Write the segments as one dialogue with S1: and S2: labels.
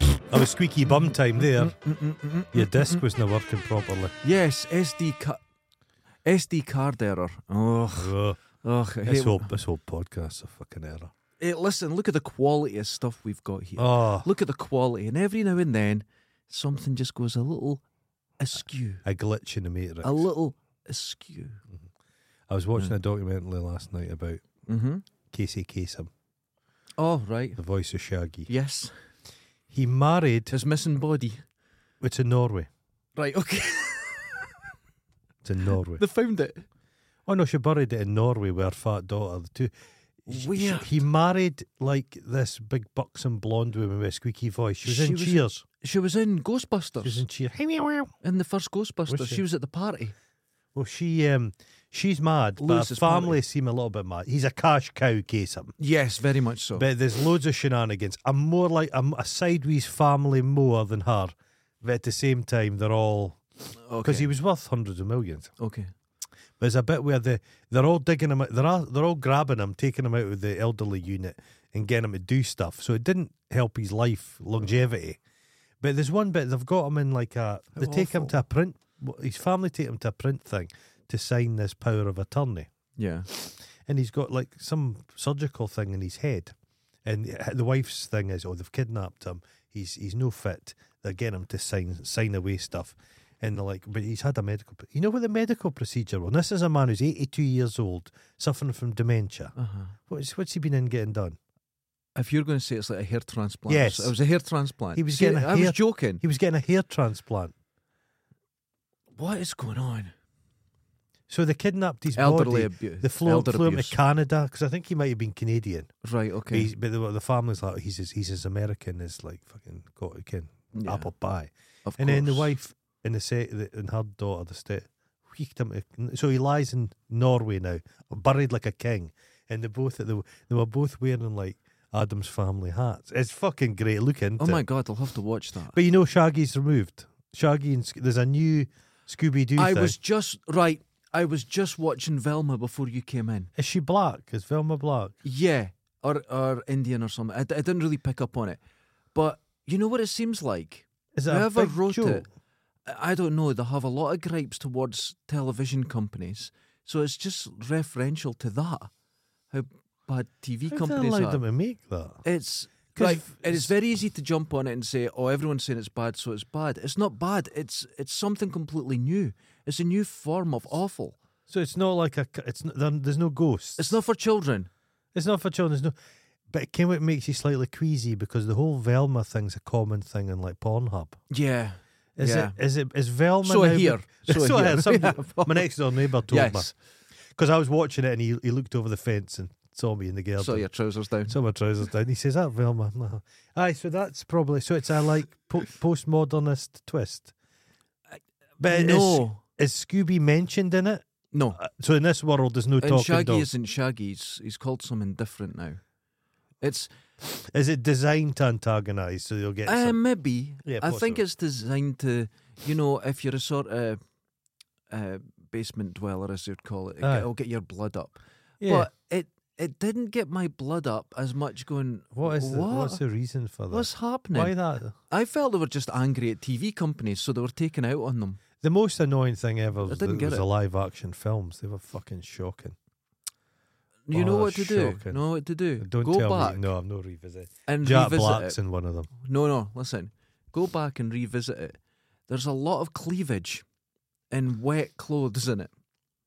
S1: That was squeaky bum time there.
S2: Mm,
S1: Your disc was not working properly.
S2: Yes, SD card. SD card error. Ugh,
S1: Ugh.
S2: ugh. I
S1: This
S2: hate-
S1: whole, this whole podcast's a fucking error.
S2: Hey, listen, look at the quality of stuff we've got here.
S1: Oh,
S2: Look at the quality, and every now and then something just goes a little askew,
S1: a glitch in the matrix.
S2: a Mm. little askew.
S1: I was watching a documentary last night about
S2: Mm-hmm.
S1: Casey Kasem,
S2: Oh right,
S1: the voice of Shaggy.
S2: yes,
S1: He married.
S2: his missing body.
S1: It's in Norway.
S2: Right, okay,
S1: It's in Norway.
S2: they found it.
S1: Oh no, she buried it in Norway with her fat daughter. The two. Sh- sh-
S2: Weird.
S1: He married like this big buxom blonde woman with a squeaky voice. She was
S2: She
S1: in
S2: was in-
S1: Cheers.
S2: She was in Ghostbusters.
S1: She was in Cheers.
S2: in the first Ghostbusters.
S1: Was she?
S2: she? was at the party.
S1: Well, she um, she's mad, but
S2: Lewis
S1: her
S2: is funny.
S1: family seem a little bit mad. He's a cash cow, Kasem.
S2: Yes, very much so.
S1: But there's loads of shenanigans. I'm more like I'm a sideways family more than her, but at the same time they're all
S2: okay.
S1: because he was worth hundreds of millions.
S2: okay.
S1: But it's a bit where they they're all digging him. out- They're all, they're all grabbing him, taking him out of the elderly unit, and getting him to do stuff. So it didn't help his life longevity. But there's one bit they've got him in like a. They
S2: How
S1: take him
S2: awful.
S1: to a print. His family take him to a print thing to sign this power of attorney,
S2: Yeah.
S1: and he's got like some surgical thing in his head, and the wife's thing is, oh, they've kidnapped him. He's he's no fit. They're getting him to sign sign away stuff. And they're like, but he's had a medical. pro- You know what the medical procedure was? This is a man who's 82 years old, suffering from dementia.
S2: Uh-huh.
S1: What's, what's he been in getting done?
S2: If you're going to say it's like a hair transplant,
S1: Yes.
S2: it was a hair transplant.
S1: He was
S2: See,
S1: getting a
S2: I
S1: hair-
S2: was joking.
S1: He was getting a hair transplant.
S2: What is going on?
S1: So they kidnapped his
S2: Elderly
S1: body.
S2: abuse.
S1: They flew,
S2: Elder
S1: flew him to
S2: abuse.
S1: Canada because I think he might have been Canadian.
S2: Right.
S1: But,
S2: Okay.
S1: he's, but the, the family's like, "Oh, he's as, he's as American as like fucking got again,
S2: Yeah,
S1: apple pie.
S2: Of
S1: And then the
S2: course.
S1: wife and the set and her daughter, the state, wheeked him. To, so he lies in Norway now, buried like a king. And they both they, were- they were both wearing like Adam's family hats. It's fucking great. Look into
S2: Oh my
S1: it.
S2: god, I'll have to watch that.
S1: But you know, Shaggy's removed. Shaggy and Sc- there's a new Scooby Doo.
S2: I
S1: thing.
S2: was just right. I was just watching Velma before you came in.
S1: Is she black? Is Velma black?
S2: Yeah, or or Indian or something. I, d- I didn't really pick up on it, but you know what it seems like.
S1: Is it
S2: Whoever
S1: a big
S2: wrote
S1: joke?
S2: it, I I don't know. They have a lot of gripes towards television companies, so it's just referential to that. How bad TV
S1: How they
S2: companies
S1: allowed
S2: are.
S1: them to make that?
S2: It's
S1: 'Cause
S2: like
S1: f-
S2: it is very easy to jump on it and say, "Oh, everyone's saying it's bad, so it's bad." It's not bad. It's it's something completely new. It's a new form of awful.
S1: So it's not like a. c- It's n- there- there's no ghosts.
S2: It's not for children.
S1: It's not for children. There's no. But it came what makes you slightly queasy because the whole Velma thing's a common thing in like Pornhub.
S2: Yeah.
S1: Is
S2: yeah.
S1: it? Is it? Is Velma?
S2: So I
S1: now be-
S2: hear. So I
S1: I
S2: hear.
S1: heard. Somebody,
S2: Yeah.
S1: my next door neighbour told me
S2: Yes.
S1: because I was watching it and he, he looked over the fence and saw me in the garden.
S2: Saw your trousers down.
S1: Saw my trousers down. He says that Velma. I'm like, Aye, so that's probably so. It's a like po- postmodernist twist. But
S2: no.
S1: is, is Scooby mentioned in it?
S2: No.
S1: Uh, So in this world, there's no
S2: And
S1: talking
S2: Shaggy
S1: dog. Is,
S2: isn't Shaggy. He's, he's called something different now. It's
S1: it designed to antagonise so you'll get?
S2: uh,
S1: some-
S2: maybe.
S1: Yeah,
S2: I think
S1: possibly.
S2: it's designed to, you know, if you're a sort of uh, basement dweller, as you'd call it,
S1: Aye.
S2: it'll get your blood up.
S1: yeah.
S2: But it it didn't get my blood up as much. Going
S1: what is? The,
S2: what?
S1: what's the reason for that?
S2: What's happening?
S1: Why that?
S2: I felt they were just angry at TV companies, so they were taken out on them.
S1: The most annoying thing ever was,
S2: didn't
S1: the,
S2: get
S1: was
S2: it.
S1: the live action films. They were fucking shocking.
S2: You
S1: Oh,
S2: know what to
S1: that's
S2: do.
S1: shocking.
S2: Know what to do.
S1: Don't
S2: Go
S1: tell
S2: back
S1: me. No, I've not revisited.
S2: and
S1: Jack
S2: revisit
S1: Black's
S2: it.
S1: in one of them.
S2: No, no. Listen, go back and revisit it. There's a lot of cleavage and wet clothes in it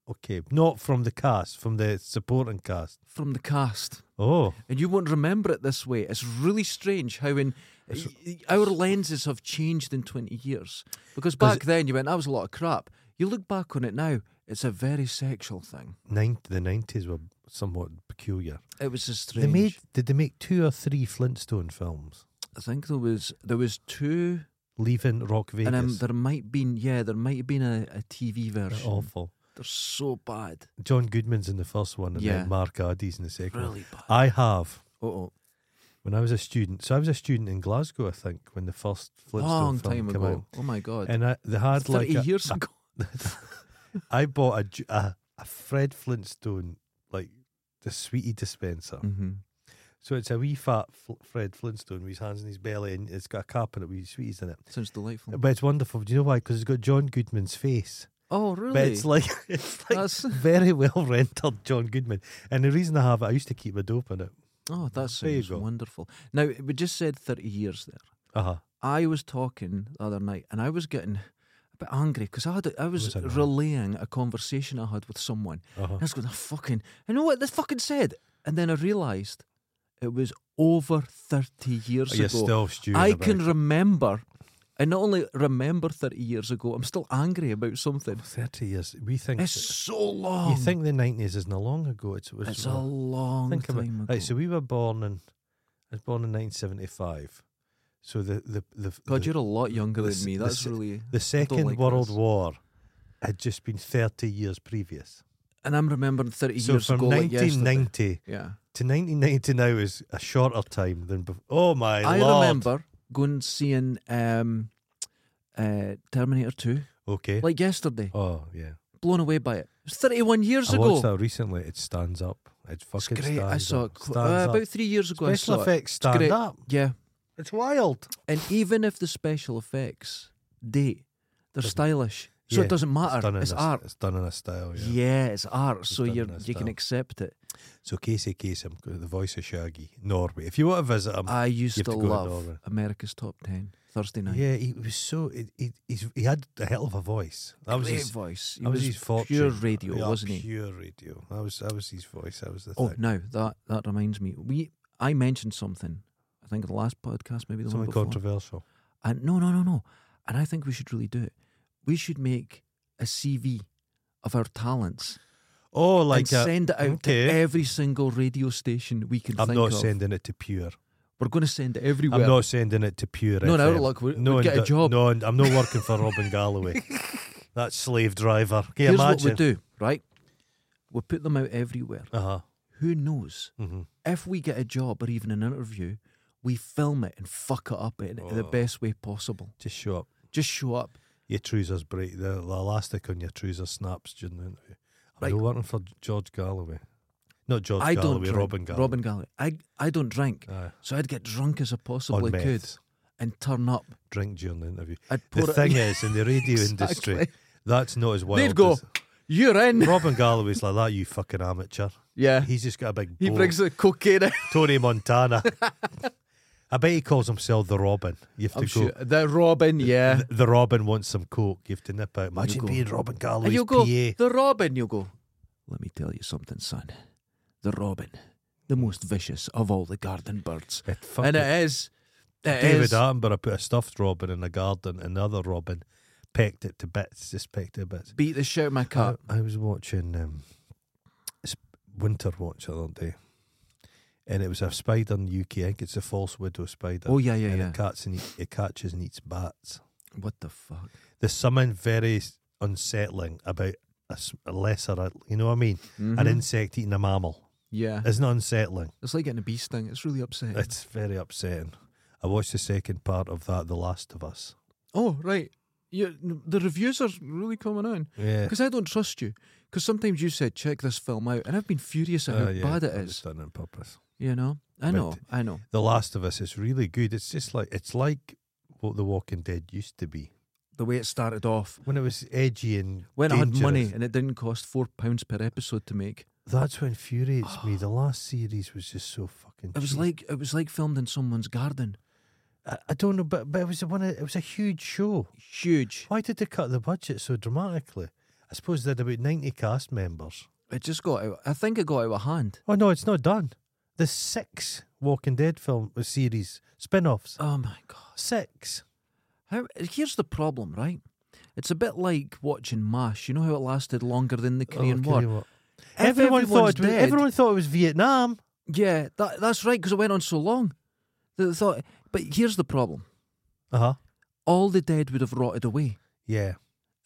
S1: Okay, not from the cast, from the supporting cast.
S2: from the cast.
S1: Oh,
S2: and you won't remember it this way. It's really strange how in our lenses have changed in 20 years. Because
S1: 'Cause-
S2: back then you went, that was a lot of crap. You look back on it now, it's a very sexual thing.
S1: nine, the nineties were somewhat peculiar.
S2: It was just
S1: They
S2: strange.
S1: made did they make two or three Flintstone films?
S2: I think there was there was two,
S1: Leaving Rock Vegas.
S2: and um, there might been yeah, there might have been a, a TV
S1: They're
S2: version.
S1: awful.
S2: They're so bad,
S1: John Goodman's in the first one, and
S2: Yeah.
S1: then Mark Addy's in the second. one.
S2: really bad.
S1: I have
S2: Oh,
S1: when I was a student. So I was a student in Glasgow, I think, when the first Flintstone
S2: long
S1: film
S2: time
S1: came out.
S2: ago. Oh my god,
S1: And I, they had
S2: thirty
S1: like a,
S2: years ago.
S1: I bought a, ju- a a Fred Flintstone like the sweetie dispenser.
S2: Mhm.
S1: So it's a wee fat Fl- Fred Flintstone with his hands in his belly and it's got a cap and it with sweeties in it.
S2: Sounds delightful.
S1: But it's wonderful. Do you know why? Because it's got John Goodman's face.
S2: Oh, really?
S1: But it's like it's like
S2: That's-
S1: very well rendered John Goodman. And the reason I have it, I used to keep a dope in it.
S2: oh, that
S1: There you
S2: sounds
S1: go.
S2: wonderful. Now, we just said 30 years there.
S1: Uh huh.
S2: I was talking the other night and I was getting a bit angry because I, had a- I
S1: Was
S2: was,
S1: it now?
S2: relaying a conversation I had with someone.
S1: Uh huh.
S2: And I was going, I fucking, I know what this fucking said. And then I realised it was over 30 years
S1: You're
S2: ago.
S1: still stewing.
S2: I
S1: about
S2: can
S1: it.
S2: remember, and not only remember 30 years ago, I'm still angry about something.
S1: Thirty years. We think
S2: It's so long.
S1: you think the nineties isn't long ago. It's, it's,
S2: it's a long
S1: think
S2: time
S1: about-
S2: ago.
S1: Right, so we were born in. I was born in nineteen seventy five. So the the the
S2: God,
S1: the,
S2: you're a lot younger
S1: the
S2: than
S1: s-
S2: me.
S1: the
S2: That's
S1: s-
S2: really.
S1: the Second
S2: like
S1: World
S2: this.
S1: War had just been thirty years previous.
S2: And I'm remembering 30
S1: So
S2: years
S1: from
S2: ago. like yesterday.
S1: nineteen ninety
S2: yeah.
S1: to nineteen ninety now is a shorter time than. Before. Oh my
S2: I
S1: lord!
S2: remember going and seeing um, uh, Terminator 2
S1: Okay.
S2: like yesterday.
S1: oh yeah.
S2: Blown away by it. It was 31 years
S1: I
S2: ago.
S1: watched that recently. It stands up. It
S2: It's
S1: fucking
S2: great.
S1: stands
S2: I saw it
S1: up.
S2: qu-
S1: Stands
S2: uh,
S1: up.
S2: about three years ago. I
S1: Special
S2: saw it.
S1: effects stand
S2: great.
S1: up.
S2: Yeah.
S1: It's wild.
S2: And even if the special effects date, they're
S1: Doesn't-
S2: stylish. So
S1: Yeah,
S2: it doesn't
S1: It's
S2: matter.
S1: done in
S2: It's,
S1: a s-
S2: art.
S1: It's done in a style.
S2: yeah.
S1: Yeah.
S2: it's art. so
S1: done
S2: you
S1: in a
S2: you can
S1: style.
S2: accept it.
S1: So Casey Kasem, the voice of Shaggy, Norway. If you want to visit him,
S2: I used
S1: you
S2: to,
S1: have to go to Norway.
S2: love America's Top Ten Thursday night.
S1: yeah, he was so he he, he's, he had a hell of a voice. That was
S2: Great
S1: his,
S2: voice. He
S1: that was,
S2: was,
S1: his fortune.
S2: pure radio,
S1: Yeah,
S2: wasn't he?
S1: Pure radio. That was that was his voice. That was the
S2: Oh,
S1: thing.
S2: now that that reminds me. We I mentioned something. I think in the last podcast, maybe the
S1: Something
S2: one before.
S1: controversial.
S2: and no, no, no, no. And I think we should really do it. We should make a CV of our talents
S1: Oh, like
S2: and
S1: a,
S2: send it out
S1: okay.
S2: to every single radio station we can
S1: I'm
S2: think
S1: not
S2: of.
S1: sending it to Pure.
S2: We're going to send it everywhere.
S1: I'm not sending it to Pure.
S2: No, in our
S1: FM.
S2: luck, we-
S1: no,
S2: we'd get
S1: and-
S2: a
S1: uh,
S2: job.
S1: No, and I'm not working for Robin Galloway. That slave driver. Can you
S2: Here's
S1: imagine?
S2: what we do, right? We put them out everywhere.
S1: Uh huh.
S2: Who knows?
S1: hmm
S2: If we get a job or even an interview, we film it and fuck it up in the
S1: Oh.
S2: best way possible.
S1: Just show up.
S2: Just show up.
S1: Your trousers break. The, the elastic on your trousers snaps during the interview. I'm
S2: Right.
S1: not working for George Galloway. Not George
S2: I don't
S1: Galloway.
S2: drink.
S1: Robin Galloway.
S2: Robin Galloway. I I don't drink,
S1: Aye.
S2: so I'd get drunk as I
S1: on
S2: possibly could
S1: meths.
S2: and turn up.
S1: Drink during the interview.
S2: I'd pour
S1: The
S2: it.
S1: thing is, in the radio industry,
S2: Exactly.
S1: that's not as wild.
S2: They'd go,
S1: as-
S2: "You're in."
S1: Robin Galloway's like that. You fucking amateur.
S2: Yeah,
S1: He's just got a big.
S2: he
S1: bowl.
S2: brings the cocaine. out.
S1: Tony Montana. I bet he calls himself the Robin. You have to
S2: I'm
S1: go.
S2: sure the Robin. Yeah,
S1: "The- The Robin wants some coke. You have to nip out. Imagine
S2: go.
S1: being Robin
S2: And
S1: Galloway's
S2: you'll go,
S1: PA.
S2: the robin. You'll go, let me tell you something, son. The robin, the most vicious of all the garden birds.
S1: It fucking-
S2: and uh, it is. it
S1: David
S2: is-
S1: Attenborough put a stuffed robin in a garden. Another robin pecked it to bits. Just pecked it to bits.
S2: beat the shit out of my cat.
S1: I, I was watching um, Sp- Winter Watch the other day, and it was a spider in the UK. I think it's a false widow spider.
S2: oh, yeah, yeah,
S1: and
S2: yeah.
S1: It, cuts and eat, it catches and eats bats.
S2: What the fuck?
S1: There's something very s- unsettling about a, s- a lesser, uh, you know what I mean? An
S2: Mhm.
S1: insect eating a mammal.
S2: yeah.
S1: It's not unsettling.
S2: It's like getting a bee sting. It's really upsetting.
S1: It's very upsetting. I watched the second part of that, The Last of Us.
S2: oh, right. You, the reviews are really coming on.
S1: Yeah.
S2: Because I don't trust you. Because sometimes you said, check this film out. And I've been furious at
S1: Uh,
S2: how
S1: yeah,
S2: bad it
S1: it was
S2: is.
S1: done on purpose.
S2: You know? I
S1: But-
S2: know. I know.
S1: The Last of Us is really good. It's just like it's like what The Walking Dead used to be.
S2: The way it started off.
S1: when it was edgy and
S2: When I
S1: dangerous.
S2: had money and it didn't cost £4 pounds per episode to make.
S1: That's what infuriates me. The last series was just so fucking.
S2: It was
S1: cheap.
S2: like it was like filmed in someone's garden.
S1: I, I don't know, but but it was one. It was a huge show.
S2: Huge.
S1: Why did they cut the budget so dramatically? I suppose they had about ninety cast members.
S2: It just got out. I think it got out of hand.
S1: Oh no, it's not done. The six Walking Dead film uh, series spin-offs.
S2: Oh my god.
S1: Six.
S2: How, here's the problem, right? It's a bit like watching MASH. You know how it lasted longer than the Korean
S1: Oh,
S2: War.
S1: Korean War.
S2: If
S1: Everyone thought
S2: everyone's
S1: it was,
S2: dead-
S1: everyone thought it was Vietnam.
S2: Yeah, that, that's right because it went on so long. That they thought, but here's the problem:
S1: Uh
S2: Uh-huh.
S1: huh.
S2: all the dead would have rotted away.
S1: Yeah.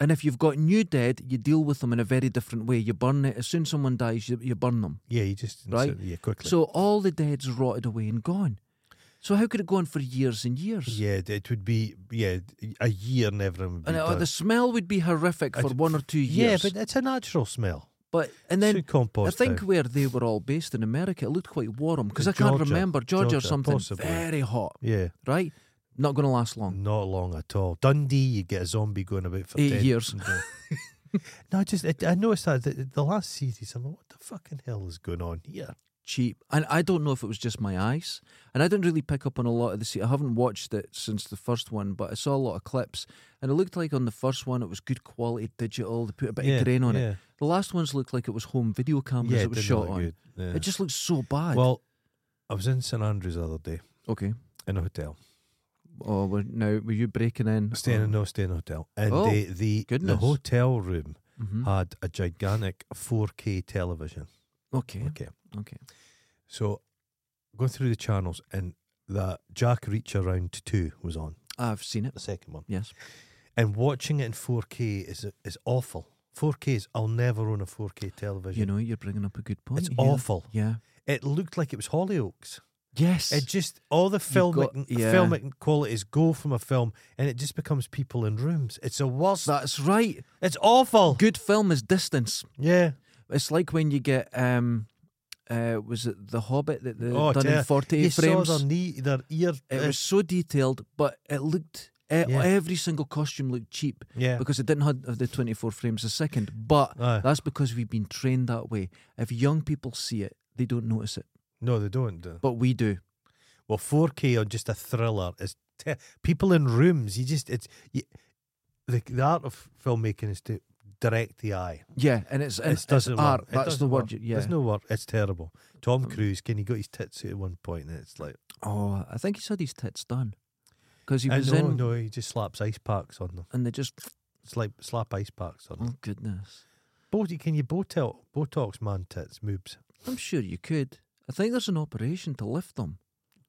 S2: And if you've got new dead, you deal with them in a very different way. You burn it as soon as someone dies. You, you burn them.
S1: Yeah. You just
S2: Right.
S1: Yeah. Quickly.
S2: So all the dead's rotted away and gone. So how could it go on for years and years?
S1: Yeah, it would be yeah a year and everything. Would be
S2: And uh,
S1: done.
S2: the smell would be horrific
S1: I
S2: for
S1: d-
S2: one or two
S1: yeah,
S2: years.
S1: but it's a natural smell.
S2: But and then
S1: Shoot compost
S2: I think
S1: down.
S2: where they were all based in America, it looked quite warm because I can't
S1: Georgia.
S2: remember Georgia, or
S1: Georgia,
S2: something
S1: possibly. Mm,
S2: very hot,
S1: yeah,
S2: right? Not going to last long.
S1: not long at all. Dundee, you get a zombie going about for
S2: Eight
S1: 10
S2: years.
S1: Yeah. no, I just I, I noticed that the, the last series. I'm like, what the fucking hell is going on here?
S2: Cheap, and I don't know if it was just my eyes, and I didn't really pick up on a lot of the. Se- I haven't watched it since the first one, but I saw a lot of clips, and it looked like on the first one it was good quality digital. They put a bit
S1: Yeah,
S2: of grain on
S1: yeah.
S2: it. The last ones looked like it was home video cameras
S1: Yeah,
S2: it was
S1: didn't
S2: shot
S1: look
S2: on.
S1: good. Yeah.
S2: It just looks so bad.
S1: Well, I was in St Andrews the other day
S2: okay.
S1: in a hotel,
S2: Oh, we're, now were you breaking in? Oh.
S1: staying
S2: or-
S1: in no staying in a hotel, and
S2: Oh,
S1: the the, the
S2: goodness.
S1: hotel room
S2: Mhm.
S1: had a gigantic 4K television.
S2: Okay.
S1: Okay,
S2: Okay.
S1: so go through the channels, and the Jack Reacher round two was on
S2: I've seen it.
S1: the second one,
S2: Yes.
S1: and watching it in 4K is is awful. 4K is I'll never own a 4K television.
S2: You know, you're bringing up a good point.
S1: it's
S2: here.
S1: awful.
S2: Yeah.
S1: It looked like it was Hollyoaks.
S2: Yes.
S1: It just all the filmic
S2: got- yeah.
S1: filmic qualities go from a film, and it just becomes people in rooms. It's a worst.
S2: That's right.
S1: it's awful.
S2: Good film is distance.
S1: Yeah.
S2: It's like when you get um, uh, was it The Hobbit that they
S1: oh,
S2: done
S1: dear.
S2: in 48
S1: you
S2: frames?
S1: saw their knee, their ear. uh,
S2: it was so detailed, but it looked. e-
S1: Yeah.
S2: Every single costume looked cheap
S1: yeah. Uh,
S2: because it didn't have the 24 frames a second. But
S1: Aye.
S2: that's because we've been trained that way. If young people see it, they don't notice it,
S1: no, they don't. do.
S2: but we do.
S1: Well, 4K on just a thriller is te- people in rooms. You just it's you, the the art of filmmaking is to direct the eye.
S2: Yeah, and it's and
S1: It doesn't
S2: it's
S1: work.
S2: art.
S1: It
S2: That's
S1: doesn't
S2: the
S1: work.
S2: word. you- Yeah. Hmm.
S1: There's no work. It's terrible. Tom Cruise, can he got his tits out at one point, and it's like,
S2: Oh, I think he's had his tits done because he
S1: I
S2: was
S1: know,
S2: in
S1: "Oh, no, he just slaps ice packs on them.
S2: and they just
S1: It's like slap ice packs on them.
S2: oh goodness.
S1: Bo- can you botox, botox man tits moobs?
S2: I'm sure you could. I think there's an operation to lift them.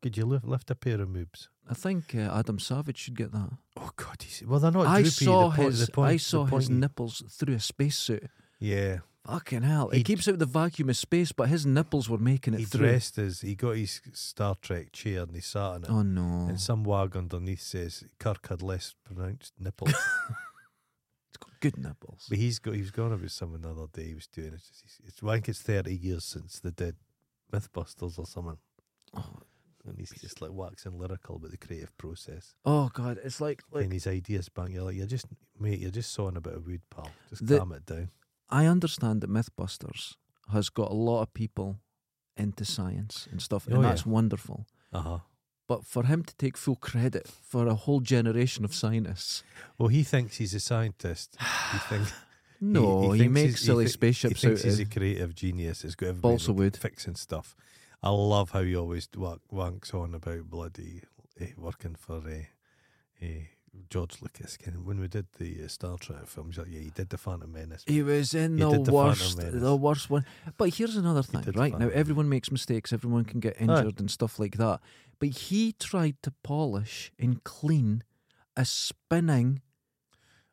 S1: Could you lift, lift a pair of moobs?
S2: I think uh, Adam Savage should get that.
S1: Oh God, he's well. They're not.
S2: I
S1: droopy.
S2: saw
S1: the point,
S2: his
S1: The point,
S2: I saw
S1: the
S2: his
S1: pointy-
S2: nipples through a spacesuit.
S1: Yeah,
S2: Fucking hell!
S1: He
S2: it keeps out the vacuum of space, but his nipples were making it
S1: he
S2: through.
S1: dressed as he got his Star Trek chair and he sat in it.
S2: Oh no!
S1: And some wag underneath says Kirk had less pronounced nipples,
S2: It's got good nipples.
S1: but he's got he was going about something the other day. He was doing it's just, it's I think it's thirty years since they did MythBusters or something,
S2: Oh,
S1: and he's just like waxing lyrical about the creative process
S2: oh god! It's like like
S1: and his ideas back. You're like you're just mate, you're just sawing a bit of wood, pal. Just
S2: The-
S1: calm it down.
S2: I understand that MythBusters has got a lot of people into science and stuff,
S1: Oh,
S2: and
S1: yeah.
S2: that's wonderful.
S1: Uh
S2: Uh-huh.
S1: huh.
S2: But for him to take full credit for a whole generation of scientists,
S1: Well, he thinks he's a scientist. He thinks
S2: no,
S1: thinks
S2: he,
S1: he's-
S2: makes silly
S1: thi-
S2: spaceships
S1: He
S2: out
S1: thinks he's
S2: of
S1: a creative genius. He's got everybody
S2: balsa wood.
S1: fixing stuff. I love how he always wank, wanks on about bloody eh, working for uh, uh, George Lucas. Ken, When we did the uh, Star Trek films, like, yeah, he did the Phantom Menace.
S2: He was in
S1: He
S2: the,
S1: did the Phantom
S2: worst,
S1: Menace.
S2: the worst one. But here's another thing,
S1: did the
S2: right? Now
S1: Phantom
S2: everyone makes mistakes, everyone can get injured and stuff like that. But he tried to polish and clean a spinning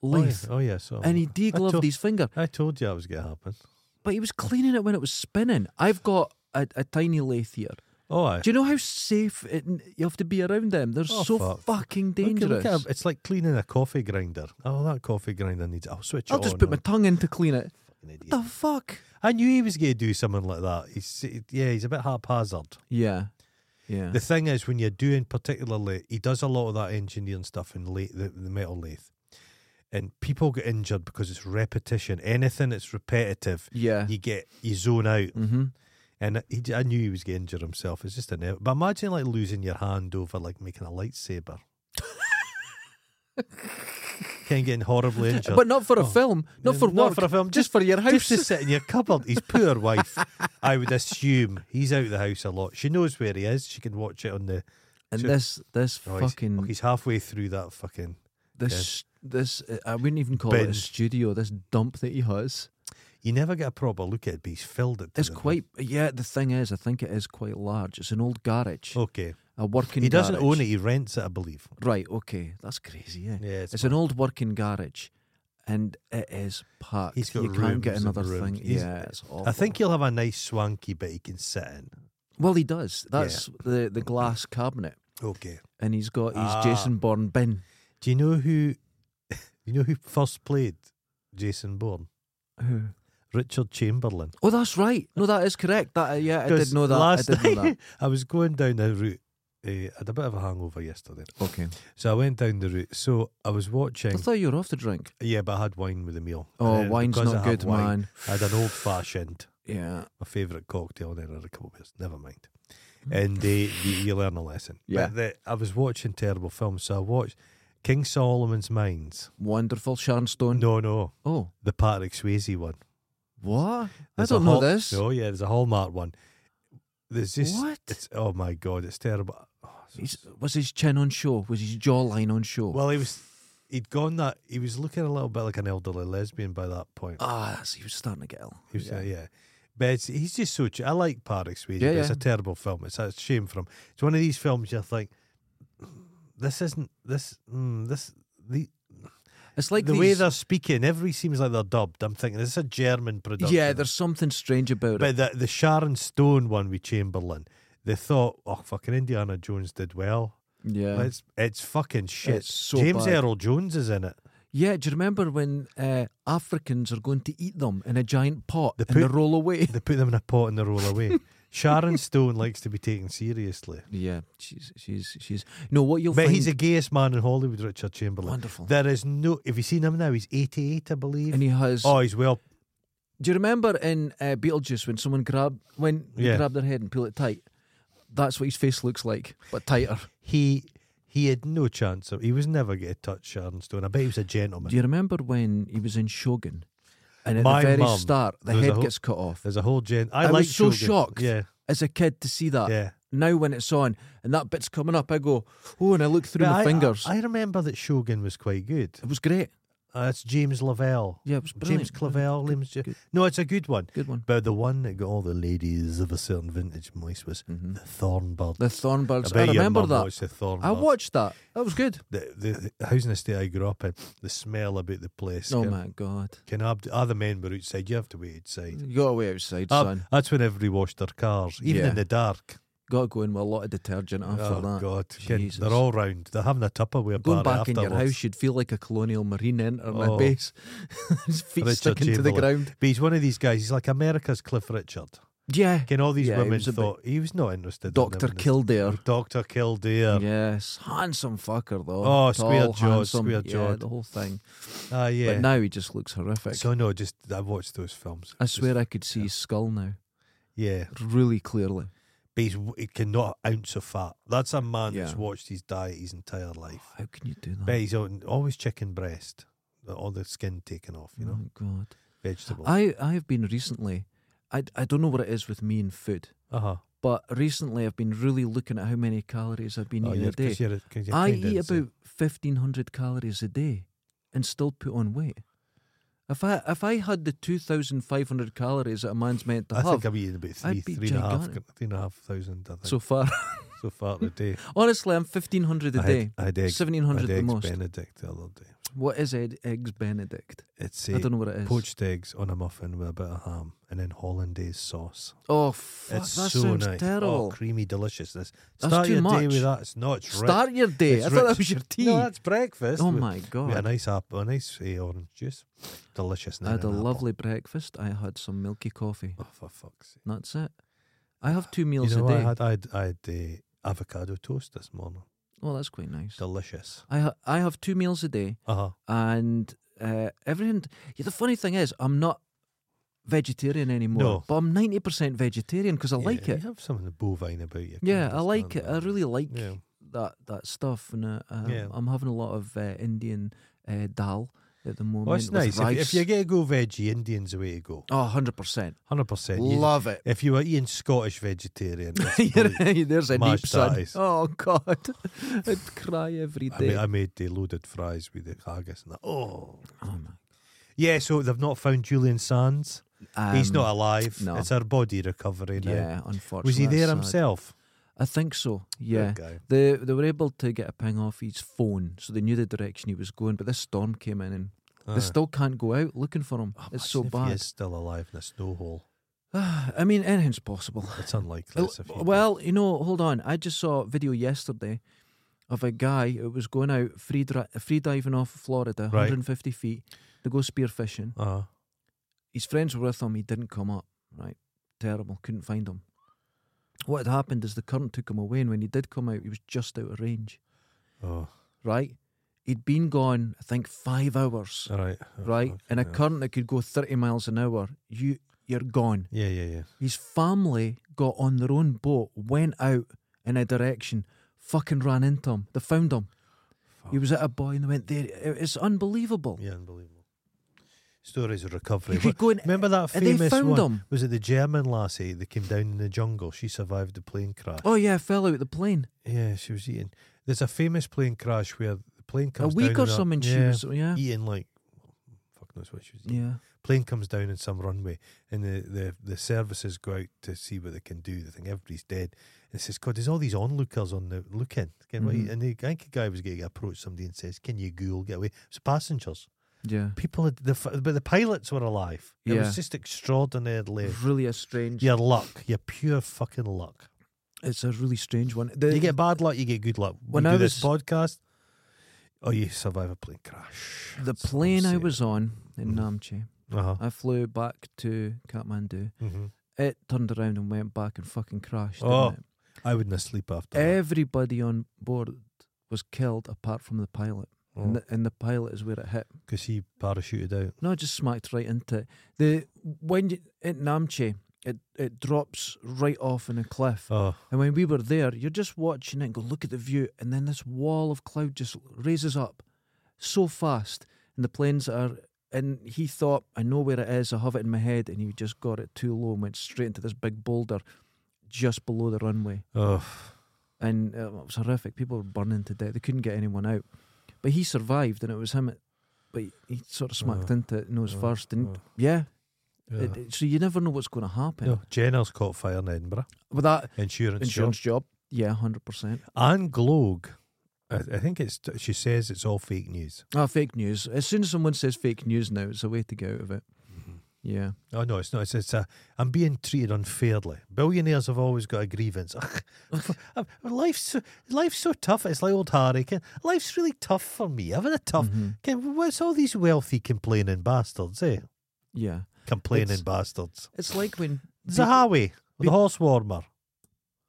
S1: oh, yeah,
S2: lathe,
S1: oh yeah, so
S2: and he
S1: I
S2: degloved
S1: told,
S2: his finger.
S1: I told you that was going to happen.
S2: But he was cleaning it when it was spinning. I've got a, a tiny lathe here.
S1: Oh, I.
S2: Do you know how safe it, you have to be around them? They're
S1: Oh,
S2: so
S1: fuck.
S2: fucking
S1: Look at-
S2: dangerous.
S1: look at him. It's like cleaning a coffee grinder. Oh, that coffee grinder needs. I'll switch.
S2: I'll
S1: it
S2: just
S1: on
S2: put
S1: and
S2: my
S1: on.
S2: tongue in to clean it.
S1: Fucking idiot.
S2: The fuck?
S1: I knew he was going to do something like that. He's yeah, he's a bit haphazard.
S2: Yeah, yeah.
S1: The thing is, when you're doing particularly, he does a lot of that engineering stuff in la- the, the metal lathe, and people get injured because it's repetition. Anything that's repetitive,
S2: yeah.
S1: you get you zone out.
S2: mm-hmm.
S1: And he, I knew he was going to injure himself. It's just an. But imagine like losing your hand over like making a lightsaber. Kind of getting horribly injured.
S2: But not for a film, not for
S1: Oh. Not
S2: work,
S1: for a film,
S2: just for your house.
S1: Just to sit in your cupboard. His poor wife, I would assume, he's out of the house a lot. She knows where he is. She can watch it on the.
S2: and
S1: to-
S2: this, this
S1: Oh, he's-
S2: fucking,
S1: look, he's halfway through that fucking.
S2: this, this, uh, I wouldn't even call it a
S1: Binge.
S2: studio. This dump that he has
S1: You never get a proper look at it, but he's filled it. to
S2: is
S1: the-
S2: quite. Yeah, the thing is, I think it is quite large. It's an old garage,
S1: Okay.
S2: a working.
S1: Oh. He doesn't
S2: garage.
S1: own it, he rents it, I believe.
S2: Right. Okay, that's crazy. Yeah.
S1: Yeah,
S2: It's an old working garage, and it is packed.
S1: He's got
S2: you can't get
S1: rooms and
S2: another thing.
S1: rooms. He's-
S2: yeah, it's awful.
S1: I think he'll have a nice swanky bit he can sit in.
S2: Well, he does. That's the the glass cabinet,
S1: Okay.
S2: and he's got his
S1: Ah.
S2: Jason Bourne bin.
S1: Do you know who? you know who first played Jason Bourne?
S2: Who?
S1: Richard Chamberlain.
S2: Oh, that's right. No, that is correct. That uh, yeah, I
S1: 'Cause
S2: did know that.
S1: Last
S2: I did know
S1: night, I was going down the route. Uh, I had a bit of a hangover yesterday,
S2: that. Okay.
S1: so I went down the route. So I was watching.
S2: I thought you were off to drink.
S1: Yeah, but I had wine with the meal.
S2: Oh,
S1: And
S2: wine's
S1: because I
S2: not
S1: have
S2: good,
S1: wine,
S2: man.
S1: I had an old fashioned,
S2: Yeah.
S1: my favourite cocktail, and then I had a couple of beers. Never mind. And they, you, you learn a lesson.
S2: Hmm. Yeah.
S1: But the, I was watching terrible films, so I watched King Solomon's Mines.
S2: Wonderful Sharon Stone.
S1: No, no,
S2: Oh,
S1: the Patrick Swayze one.
S2: what?
S1: There's
S2: I
S1: a
S2: don't know
S1: Hall-
S2: this.
S1: Oh yeah, there's a Hallmark one. There's just
S2: What?
S1: It's, oh my god, it's terrible. Oh, so-
S2: He's, was his chin on show? Was his jawline on show?
S1: well, he was. He'd gone that. He was looking a little bit like an elderly lesbian by that point.
S2: ah, that's, he was starting to get ill.
S1: He was, uh, yeah. yeah. But it's, he's just so. Ch- I like Patrick Swayze.
S2: Yeah,
S1: but It's
S2: yeah.
S1: a terrible film. It's a shame for him. It's one of these films you think this isn't this mm, this the
S2: It's like
S1: the
S2: these,
S1: way they're speaking. Every seems like they're dubbed. I'm thinking this is a German production.
S2: Yeah, there's something strange about it.
S1: But the, the Sharon Stone one with Chamberlain, they thought, oh, fucking Indiana Jones did well.
S2: Yeah.
S1: It's it's fucking shit.
S2: It's so
S1: James
S2: bad.
S1: Earl Jones is in it.
S2: Yeah, do you remember when uh, Africans are going to eat them in a giant pot
S1: They
S2: and they
S1: put-
S2: roll away?
S1: They put them in a pot and they roll away. Sharon Stone likes to be taken seriously.
S2: Yeah, she's she's she's. No, what you'll
S1: But
S2: find.
S1: he's the gayest man in Hollywood, Richard Chamberlain.
S2: Wonderful.
S1: There is no. Have you seen him now? He's 88, I believe.
S2: and he has.
S1: oh, he's well.
S2: Do you remember in uh, Beetlejuice when someone grabbed when they
S1: Yeah.
S2: grab their head and pull it tight? That's what his face looks like, but tighter.
S1: He he had no chance. Of, he was never going to touch Sharon Stone. I bet he was a gentleman.
S2: Do you remember when he was in Shogun? And at
S1: My
S2: the very
S1: mum,
S2: start, the
S1: there was a
S2: head
S1: whole-
S2: gets cut off.
S1: There's a whole gent.
S2: I
S1: I,
S2: was
S1: like
S2: so
S1: Shogun.
S2: shocked.
S1: Yeah,
S2: As a kid, to see that.
S1: yeah.
S2: Now when it's on and that bit's coming up, I go, oh, and I look through
S1: But
S2: my
S1: I-
S2: fingers.
S1: I, I remember that Shogun was quite good.
S2: it was great.
S1: Uh, that's James Lavelle.
S2: Yeah, it was
S1: James
S2: brilliant.
S1: Clavell. James Ja-
S2: good.
S1: No, it's a good one.
S2: Good one.
S1: But the one that got all the ladies of a certain vintage voice was
S2: Mm-hmm.
S1: the Thornbird.
S2: The
S1: I
S2: Thornbirds. I,
S1: bet your
S2: remember
S1: mum
S2: that.
S1: watched the Thornbird.
S2: I watched that. That was good.
S1: the, the, the housing estate I grew up in. The smell about the place.
S2: Oh
S1: can,
S2: my god.
S1: can ab- other men were outside. You have to wait outside.
S2: You gotta wait outside,
S1: Ah,
S2: Mm, son.
S1: that's when everybody washed their cars, even
S2: Yeah.
S1: in the dark.
S2: Gotta go in with a lot of detergent after
S1: oh
S2: that.
S1: God, Ken,
S2: Jesus.
S1: they're all round. They're having a Tupperware party
S2: Going back in
S1: afterwards.
S2: your house, you'd feel like a colonial marine entering a
S1: Oh.
S2: base. His feet
S1: Richard
S2: sticking to the
S1: Chamberlain.
S2: ground.
S1: But he's one of these guys. He's like America's Cliff Richard.
S2: Yeah.
S1: Again, all these
S2: Yeah, he
S1: women
S2: was a bit-
S1: thought he was not interested. in them
S2: Dr.
S1: in this-
S2: Kildare.
S1: Doctor Kildare.
S2: Yes. Handsome fucker,
S1: Oh,
S2: though. Tall,
S1: square jawed,
S2: handsome.
S1: square
S2: Yeah,
S1: jawed.
S2: the whole thing.
S1: Ah, yeah.
S2: But now he just looks horrific.
S1: so no, just I watched those films.
S2: I
S1: Just-
S2: swear I could see his skull now
S1: yeah,
S2: really clearly.
S1: but he's he cannot an ounce of fat. That's a man that's
S2: Yeah.
S1: watched his diet his entire life.
S2: How can you do that?
S1: But he's al- always chicken breast, all the skin taken off. You know,
S2: Oh, God.
S1: vegetable.
S2: I, I have been recently, I, I don't know what it is with me and food,
S1: Uh huh.
S2: but recently I've been really looking at how many calories I've been
S1: Oh,
S2: eating
S1: you're,
S2: a day.
S1: 'cause you're, 'cause you're
S2: I
S1: kinda
S2: eat
S1: insane.
S2: about fifteen hundred calories a day, and still put on weight. If I if I had the two thousand five hundred calories that a man's meant to
S1: I
S2: have
S1: think I'm eating about three,
S2: I'd be
S1: three and a half,
S2: gigantic.
S1: three and a half thousand. I think so,
S2: so far,
S1: far today.
S2: honestly, I'm fifteen hundred a
S1: I had,
S2: day,
S1: I had eggs,
S2: seventeen
S1: I had
S2: hundred the
S1: eggs
S2: most.
S1: Benedict the other day.
S2: What is egg, eggs Benedict?
S1: It's
S2: I
S1: a
S2: don't know what it is.
S1: poached eggs on a muffin with a bit of ham and then hollandaise sauce.
S2: oh fuck,
S1: it's
S2: that
S1: so
S2: sounds
S1: nice. Oh,
S2: terrible.
S1: creamy deliciousness.
S2: That's
S1: Start
S2: too
S1: your day
S2: much.
S1: with that. It's not. It's rich.
S2: Start your day.
S1: It's
S2: I thought that
S1: rich.
S2: was your tea.
S1: No, that's breakfast.
S2: oh
S1: with,
S2: my
S1: with a
S2: god.
S1: nice apple, a nice eh, orange juice. Delicious. and
S2: I had a
S1: then an apple.
S2: lovely breakfast. I had some milky coffee.
S1: Oh, for fuck's sake!
S2: That's it. I have two meals
S1: You know,
S2: a
S1: I
S2: day.
S1: had I had, I had eh, avocado toast this morning.
S2: oh, that's quite nice.
S1: Delicious.
S2: I ha- I have two meals a day.
S1: Uh huh.
S2: and uh, everything. Yeah, the funny thing is, I'm not vegetarian anymore,
S1: No.
S2: but I'm ninety percent vegetarian because I like
S1: yeah,
S2: it.
S1: You have something bovine about you. can
S2: Yeah, I like it.
S1: understand
S2: I
S1: that.
S2: really like
S1: Yeah.
S2: that that stuff, and uh, um,
S1: Yeah.
S2: I'm having a lot of uh, Indian uh, dal at the moment.
S1: Well, it's
S2: with
S1: nice. If,
S2: Rice.
S1: if you're going to go veggie, Indian's the way to go.
S2: oh, 100 percent,
S1: 100%. You-
S2: love it.
S1: If you were eating Scottish vegetarian, it's
S2: You're-
S1: bleak.
S2: There's a deep
S1: mashed
S2: sun.
S1: tatties.
S2: Oh God, I'd cry every
S1: I, made,
S2: day.
S1: I made the loaded fries with the haggis and that. Oh.
S2: Oh, my-
S1: Yeah, so they've not found Julian Sands. He's
S2: Um,
S1: not alive.
S2: no.
S1: It's our body recovery now.
S2: Yeah, unfortunately.
S1: Was he there
S2: that's sad.
S1: himself?
S2: I think so. Yeah.
S1: Good guy.
S2: They they were able to get a ping off his phone, so they knew the direction he was going. But this storm came in, and
S1: Aye.
S2: they still can't go out looking for him.
S1: Ah. Imagine
S2: it's so
S1: if He
S2: bad.
S1: is still alive in a snow hole.
S2: I mean, anything's possible.
S1: It's unlikely. as if he-
S2: Oh, well, you know, hold on. I just saw a video yesterday of a guy who was going out free dri- free diving off Florida,
S1: Right.
S2: 150 feet, to go spearfishing.
S1: uh,
S2: He- His friends were with him. He didn't come up. Right, terrible. Couldn't find him. What had happened is the current took him away, and when he did come out, he was just out of range.
S1: Oh,
S2: Right, he'd been gone. I think five hours.
S1: all right. Oh,
S2: right,
S1: fuck,
S2: in a
S1: yeah.
S2: current that could go thirty miles an hour, you you're gone.
S1: Yeah, yeah, yeah.
S2: His family got on their own boat, went out in a direction, fucking ran into him. They found him. He was at a boy and they went there. It- It's unbelievable.
S1: Yeah, unbelievable. Stories of recovery.
S2: You could
S1: What-
S2: go and-
S1: Remember that
S2: and they
S1: famous
S2: found
S1: one?
S2: them.
S1: Was it the German lassie that came down in the jungle? She survived the plane crash.
S2: Oh yeah, I fell out the plane
S1: Yeah, she was eating. There's a famous plane crash where the plane comes
S2: a
S1: down
S2: week or
S1: on
S2: something. She
S1: yeah,
S2: was yeah,
S1: eating like fuck knows what she was eating.
S2: yeah.
S1: Plane comes down in some runway, and the, the, the services go out to see what they can do. They think everybody's dead. And it says, God, there's all these onlookers on the look in. Can we-
S2: Mhm.
S1: And the, I think a guy was getting approached somebody and says, Can you ghoul get away? It's passengers.
S2: yeah,
S1: People, had, the, f- but the pilots were alive. It
S2: Yeah.
S1: was just extraordinarily.
S2: Really a strange.
S1: your luck, your pure fucking luck.
S2: It's a really strange one. The-
S1: You get bad luck, you get good luck. When
S2: When I
S1: do this
S2: was-
S1: podcast, oh, you survive a plane crash.
S2: the plane I was on in Namche,
S1: Uh huh.
S2: I flew back to Kathmandu.
S1: hmm
S2: It turned around and went back and fucking crashed. didn't
S1: Oh,
S2: it?
S1: I wouldn't sleep after that.
S2: Everybody on board was killed apart from the pilot. And,
S1: Oh.
S2: the, and the pilot is where it hit.
S1: because he parachuted out.
S2: No, it just smacked right into it. The when you at Namche, it it drops right off in a cliff.
S1: Oh,
S2: And when we were there, you're just watching it and go, look at the view, and then this wall of cloud just raises up so fast, and the planes are. And he thought, I know where it is. I have it in my head, and he just got it too low and went straight into this big boulder just below the runway
S1: oh,
S2: and uh, it was horrific. People were burning to death. They couldn't get anyone out, but he survived, and it was him. At, but he, he sort of smacked
S1: Oh,
S2: into it nose
S1: oh,
S2: first, and
S1: oh.
S2: yeah,
S1: yeah.
S2: it- it- so you never know what's going to happen.
S1: No, Jenner's caught fire in Edinburgh.
S2: With that
S1: Insurance,
S2: insurance
S1: insurance.
S2: job, yeah, hundred percent.
S1: Anne Glogue, I, I think it's. She says it's all fake news.
S2: Ah, fake news. As soon as someone says fake news, now it's a way to get out of it. Yeah,
S1: Oh no, it's not. It's, it's a. I'm being treated unfairly. Billionaires have always got a grievance. Ugh, I've- life's so, life's so tough. It's like old Harry. Can, life's really tough for me. I've had a
S2: Mm.
S1: tough.
S2: Mm-hmm.
S1: Can, what's all these wealthy complaining bastards? Eh,
S2: yeah.
S1: complaining
S2: It's-
S1: bastards.
S2: It's like when.
S1: Zahawi, the
S2: be-
S1: horse warmer.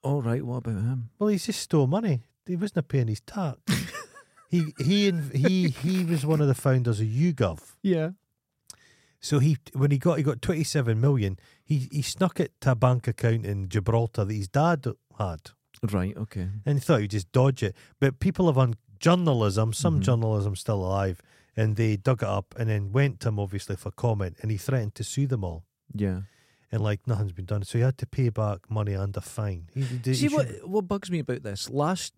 S2: All right, what about him?
S1: Well, he's just stole money. He wasn't paying his tax. he he inv- he he was one of the founders of YouGov.
S2: Yeah.
S1: So he when he got he got twenty seven million. He he snuck it to a bank account in Gibraltar that his dad had,
S2: Right. Okay.
S1: and he thought he'd just dodge it. But people have on journalism, some
S2: Mhm.
S1: journalism's still alive, and they dug it up and then went to him obviously for comment, and he threatened to sue them all.
S2: Yeah.
S1: And like nothing's been done, so he had to pay back money and a fine. He, he, he
S2: See
S1: should-
S2: what what bugs me about this last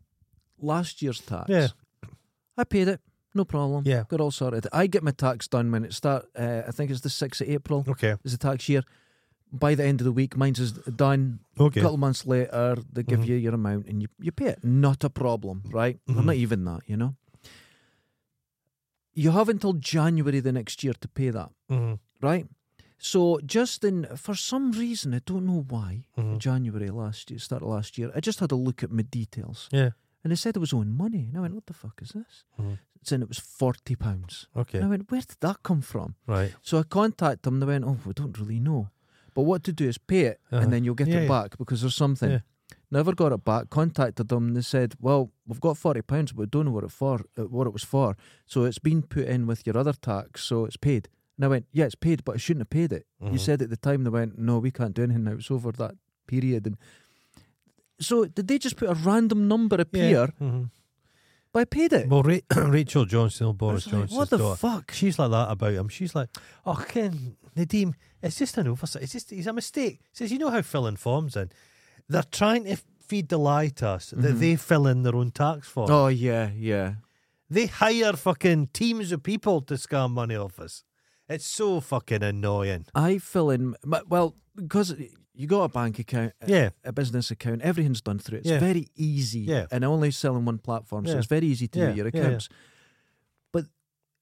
S2: last year's tax.
S1: Yeah.
S2: I paid it, no problem.
S1: Yeah.
S2: got all sorted. I get my tax done when it start. Uh, I think it's the sixth of April
S1: Okay.
S2: is the tax year. By the end of the week, mine's is done.
S1: Okay.
S2: A couple months later, they give
S1: Mhm.
S2: you your amount and you, you pay it. Not a problem, right? Well,
S1: Mhm.
S2: not even that, you know. You have until January the next year to pay that,
S1: Mhm,
S2: right? So just in for some reason, I don't know why,
S1: mhm.
S2: January last year, start of last year, I just had a look at my details.
S1: Yeah.
S2: And they said it was own money. And I went, what the fuck is this?
S1: Mhm.
S2: Saying it was £40. And I
S1: Okay.
S2: went, where did that come from?
S1: Right.
S2: So I contacted them. They went, oh, we don't really know. But what to do is pay it
S1: Uh-huh.
S2: and then you'll get
S1: Yeah,
S2: it
S1: yeah.
S2: back because there's something.
S1: Yeah.
S2: Never got it back. Contacted them. And they said, well, we've got £40, but we don't know what it, for, uh, what it was for. So it's been put in with your other tax. So it's paid. And I went, yeah, it's paid, but I shouldn't have paid it. You
S1: Mhm.
S2: said at the time, they went, no, we can't do anything now. It's over that period. And so did they just put a random number appear?
S1: Mhm.
S2: But I paid it.
S1: Well, Ra- Rachel Johnson, old Boris
S2: It's like,
S1: Johnson's
S2: what the
S1: daughter,
S2: fuck?
S1: she's like that about him. She's like, "Oh, Ken Nadim, it's just an oversight. It's just it's a mistake." Says, "You know how fill in forms in? They're trying to feed the lie to us that they fill in their own tax form.
S2: Mm-hmm. Oh yeah, yeah.
S1: They hire fucking teams of people to scam money off us. It's so fucking annoying."
S2: I fill in my, well because you got a bank account, a-
S1: Yeah.
S2: a business account. Everything's done through it. It's
S1: Yeah.
S2: very easy,
S1: Yeah.
S2: and I only sell on one platform, so
S1: Yeah.
S2: it's very easy to
S1: Yeah,
S2: do your
S1: yeah, yeah.
S2: accounts. But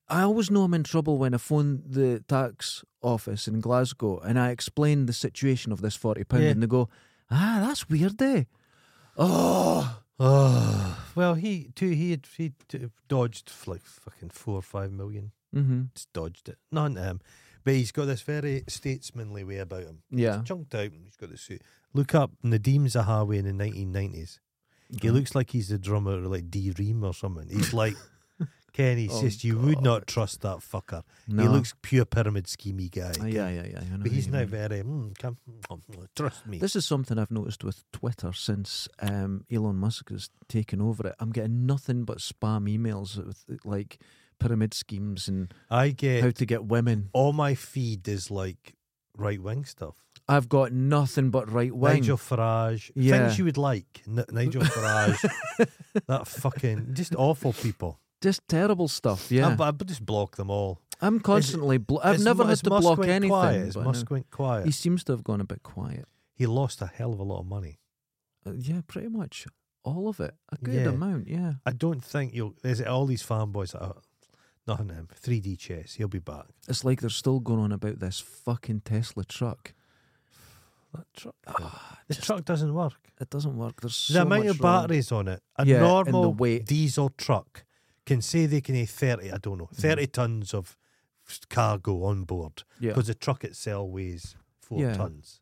S2: I always know I'm in trouble when I phone the tax office in Glasgow and I explain the situation of this forty pound,
S1: Yeah.
S2: and they go, "Ah, that's weird, eh?" Oh,
S1: Oh, well, he too he had he t- dodged like fucking four or five million.
S2: mm-hmm.
S1: Just dodged it. Not him, But he's got this very statesmanly way about him.
S2: Yeah.
S1: Chunked out, and he's got the suit. Look up Nadim Zahawi in the 1990s. He looks like he's the drummer of like D Ream or something. He's like, Kenny, it's
S2: Oh,
S1: just you would not trust that fucker.
S2: No.
S1: He looks pure pyramid schemey guy.
S2: Ah, yeah, yeah, yeah. I know
S1: But
S2: who
S1: he's
S2: you
S1: now
S2: mean.
S1: very, mm, come, mm, mm, trust me.
S2: This is something I've noticed with Twitter since um, Elon Musk has taken over it. I'm getting nothing but spam emails with like pyramid schemes and
S1: I
S2: how
S1: get
S2: to get women.
S1: all my feed is like right wing stuff.
S2: I've got nothing but right wing.
S1: Nigel Farage.
S2: Yeah.
S1: Things you would like. N- Nigel Farage. that fucking, just awful people.
S2: Just terrible stuff. Yeah,
S1: I, but I would just block them all.
S2: I'm constantly. Blo- I've
S1: Is
S2: never
S1: Mu-
S2: had
S1: is
S2: to
S1: Musk
S2: block
S1: went
S2: anything.
S1: Quiet. Is
S2: but I know.
S1: Musk went quiet.
S2: He seems to have gone a bit quiet.
S1: He lost a hell of a lot of money.
S2: Uh, yeah, pretty much all of it. A good
S1: Yeah.
S2: amount. Yeah.
S1: I don't think you'll. There's all these fanboys that are nothing to him. 3D chess. He'll be back.
S2: It's like they're still going on about this fucking Tesla truck.
S1: That truck.
S2: Ah,
S1: the
S2: just-
S1: truck doesn't work.
S2: it doesn't work. There's so
S1: the amount
S2: much
S1: of
S2: wrong.
S1: batteries on it. A
S2: Yeah, and the
S1: normal
S2: weight.
S1: diesel truck can say they can have thirty. I don't know, thirty tons of cargo on board
S2: Yeah.
S1: because the truck itself weighs four
S2: Yeah.
S1: tons.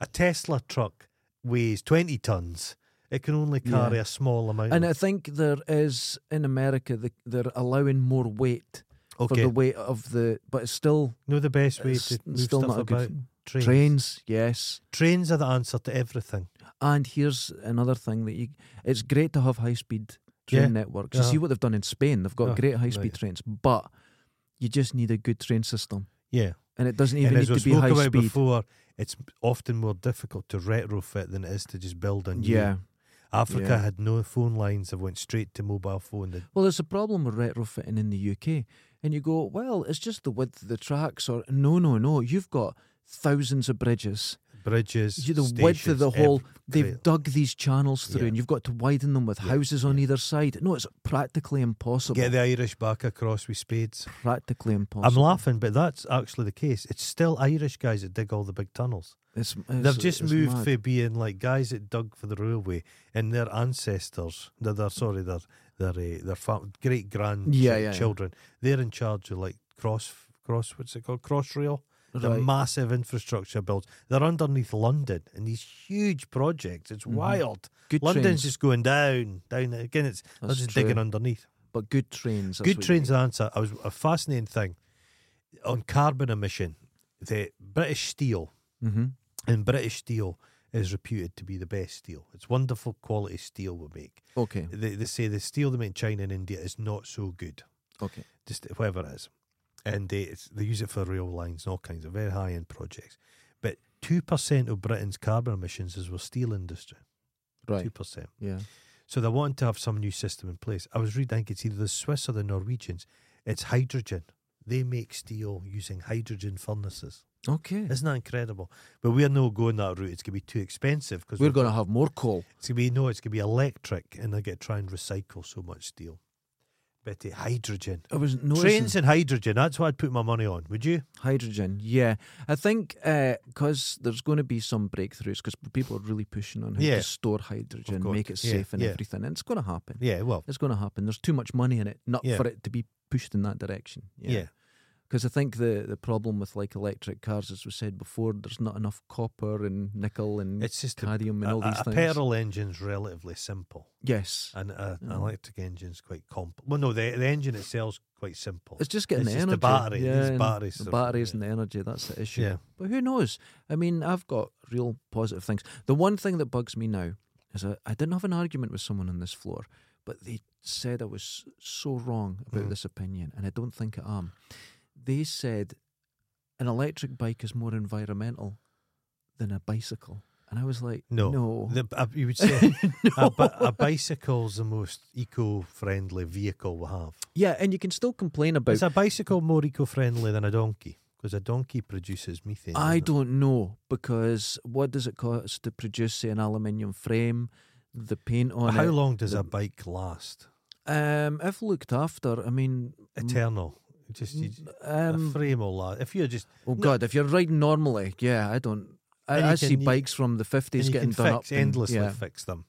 S1: A Tesla truck weighs twenty tons. It can only carry
S2: Yeah.
S1: a small amount.
S2: And uh,
S1: of,
S2: I think there is in America the, they're allowing more weight for
S1: okay,
S2: the weight of the, but it's still
S1: know the best way
S2: it's
S1: to move
S2: still
S1: stuff
S2: not a good
S1: about
S2: thing.
S1: trains.
S2: trains. Yes,
S1: Trains are the answer to everything.
S2: and here's another thing that you. It's great to have high speed train
S1: Yeah.
S2: networks. You
S1: Uh-huh.
S2: see what they've done in Spain. They've got
S1: Oh,
S2: great high speed
S1: right.
S2: trains, but you just need a good train system,
S1: Yeah.
S2: and it doesn't
S1: And
S2: even
S1: as we
S2: need to be
S1: spoke
S2: high
S1: about
S2: speed.
S1: before, it's often more difficult to retrofit than it is to just build a new.
S2: yeah.
S1: Africa
S2: yeah.
S1: had no phone lines. They went straight to mobile phone. They-
S2: Well, there's a problem with retrofitting in the UK, and you go, well, it's just the width of the tracks, or no, no, no, you've got thousands of bridges.
S1: bridges,
S2: you the width of the
S1: stations,
S2: whole
S1: ev-
S2: they've dug these channels through
S1: Yeah.
S2: and you've got to widen them with houses on either side no it's practically impossible
S1: Get the Irish back across with spades.
S2: practically
S1: I'm
S2: impossible
S1: laughing, but that's actually the case. It's still Irish guys that dig all the big tunnels.
S2: it's,
S1: They've just moved from being like guys that dug for the railway, and their ancestors, their, their sorry, their their uh, their fam- great grand
S2: Yeah, yeah, yeah.
S1: children, they're in charge of like cross cross what's it called cross rail. The
S2: Right.
S1: massive infrastructure builds. They're underneath London and these huge projects. It's wild.
S2: Mm-hmm. Good
S1: London's
S2: trains.
S1: just going down, down again. It's they're
S2: That's
S1: just
S2: true.
S1: digging underneath.
S2: but good trains that's
S1: Good
S2: what you
S1: trains. Answer. I was a fascinating thing on carbon emission. The British Steel
S2: need. Mhm.
S1: and British steel is reputed to be the best steel. It's wonderful quality steel we make.
S2: okay
S1: They, they say the steel they make in China and India is not so good,
S2: okay
S1: just whatever it is. And they, it's, they use it for rail lines and all kinds of very high end projects. But 2% of Britain's carbon emissions is with steel industry.
S2: right
S1: 2%.
S2: yeah
S1: So they wanted to have some new system in place. I was reading, I think it's either the Swiss or the Norwegians. It's hydrogen. They make steel using hydrogen furnaces.
S2: okay
S1: Isn't that incredible? But we're no going that route. It's going to be too expensive because
S2: we're going to have more coal
S1: It's gonna be no, it's gonna be electric, and they're gonna try and recycle so much steel. Betty, hydrogen.
S2: I was noticing
S1: Trains and hydrogen. That's what I'd put my money on. Would you?
S2: hydrogen yeah I think because there's going to be some breakthroughs because people are really pushing on how
S1: Yeah.
S2: to store hydrogen
S1: course.
S2: make it
S1: Yeah,
S2: safe and
S1: yeah.
S2: everything and it's going to happen
S1: Yeah. Well.
S2: It's going to happen. There's too much money in it, not
S1: Yeah.
S2: for it to be pushed in that direction.
S1: Yeah.
S2: Because I think the, the problem with like electric cars, as we said before, there's not enough copper and nickel and
S1: It's just a,
S2: cadmium and
S1: a-
S2: all these
S1: a
S2: things.
S1: petrol engine's relatively simple,
S2: Yes.
S1: and a, an
S2: Mm.
S1: electric engine's quite complex. Well, no, the, the engine itself's quite simple.
S2: It's just getting
S1: it's
S2: the
S1: just
S2: energy.
S1: the battery.
S2: Yeah,
S1: These
S2: and
S1: batteries
S2: The
S1: are-
S2: batteries
S1: yeah.
S2: and the energy, that's the issue.
S1: Yeah.
S2: But who knows? I mean, I've got real positive things. The one thing that bugs me now is I, I didn't have an argument with someone on this floor, but they said I was so wrong about
S1: Mhm.
S2: this opinion, and I don't think I am. They said an electric bike is more environmental than a bicycle. And I was like,
S1: No.
S2: No.
S1: The, uh, you would say a, bi- a bicycle's the most eco-friendly vehicle we have.
S2: yeah, and you can still complain about
S1: Is a bicycle more eco-friendly than a donkey? Because a donkey produces methane. doesn't
S2: I
S1: it?
S2: don't know because what does it cost to produce say, an aluminium frame, the paint on
S1: How
S2: it?
S1: long does
S2: the-
S1: a bike last?
S2: Um, if looked after, I mean, m-
S1: Eternal. Just you, a
S2: Mm. um,
S1: frame will last. If you're just
S2: oh
S1: no.
S2: god, if you're riding normally, yeah, I don't. I,
S1: And you
S2: I see
S1: can- you-
S2: bikes from the
S1: and
S2: fifties
S1: you
S2: getting
S1: can
S2: done up
S1: fix
S2: and-
S1: endlessly
S2: yeah.
S1: fix them.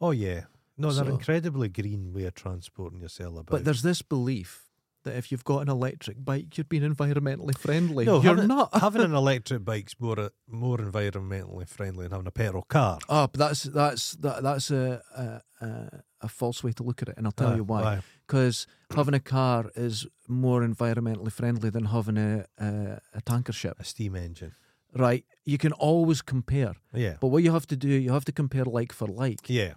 S1: Oh yeah. No, they're
S2: So-
S1: incredibly green way of transporting yourself about.
S2: But there's this belief that if you've got an electric bike, you're being environmentally friendly.
S1: No,
S2: you're
S1: having-
S2: not.
S1: having an electric bike's more uh, more environmentally friendly than having a petrol car.
S2: Oh, but that's that's that, that's a, a- a a false way to look at it, and I'll tell
S1: Aye,
S2: you why.
S1: aye.
S2: Because having a car is more environmentally friendly than having a, a a tanker ship,
S1: A steam engine.
S2: right? You can always compare,
S1: Yeah.
S2: but what you have to do, you have to compare like for like.
S1: Yeah.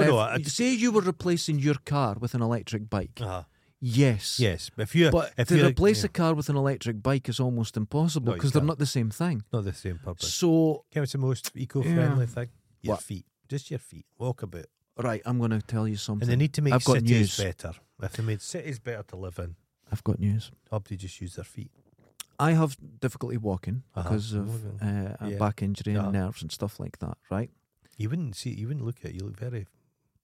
S1: oh no.
S2: if-
S1: I,
S2: say you were replacing your car with an electric bike.
S1: uh,
S2: yes.
S1: yes. If you
S2: But
S1: if
S2: to
S1: you're-
S2: replace
S1: yeah,
S2: a car with an electric bike is almost impossible
S1: No, you
S2: because they're
S1: can't.
S2: not the same thing.
S1: not the same purpose.
S2: So,
S1: Okay, what's the most eco-friendly
S2: Yeah.
S1: thing? Your
S2: What?
S1: feet. Just your feet. Walk about.
S2: right, I'm going to tell you something.
S1: And they need to make
S2: I've got
S1: cities
S2: news.
S1: better. If they made cities better to live in,
S2: I've got news.
S1: up to just use their feet.
S2: I have difficulty walking
S1: Uh-huh.
S2: because of
S1: Walking.
S2: uh, a
S1: Yeah.
S2: back injury and
S1: Uh-huh.
S2: nerves and stuff like that, right?
S1: You wouldn't see. You wouldn't look at. it. You look very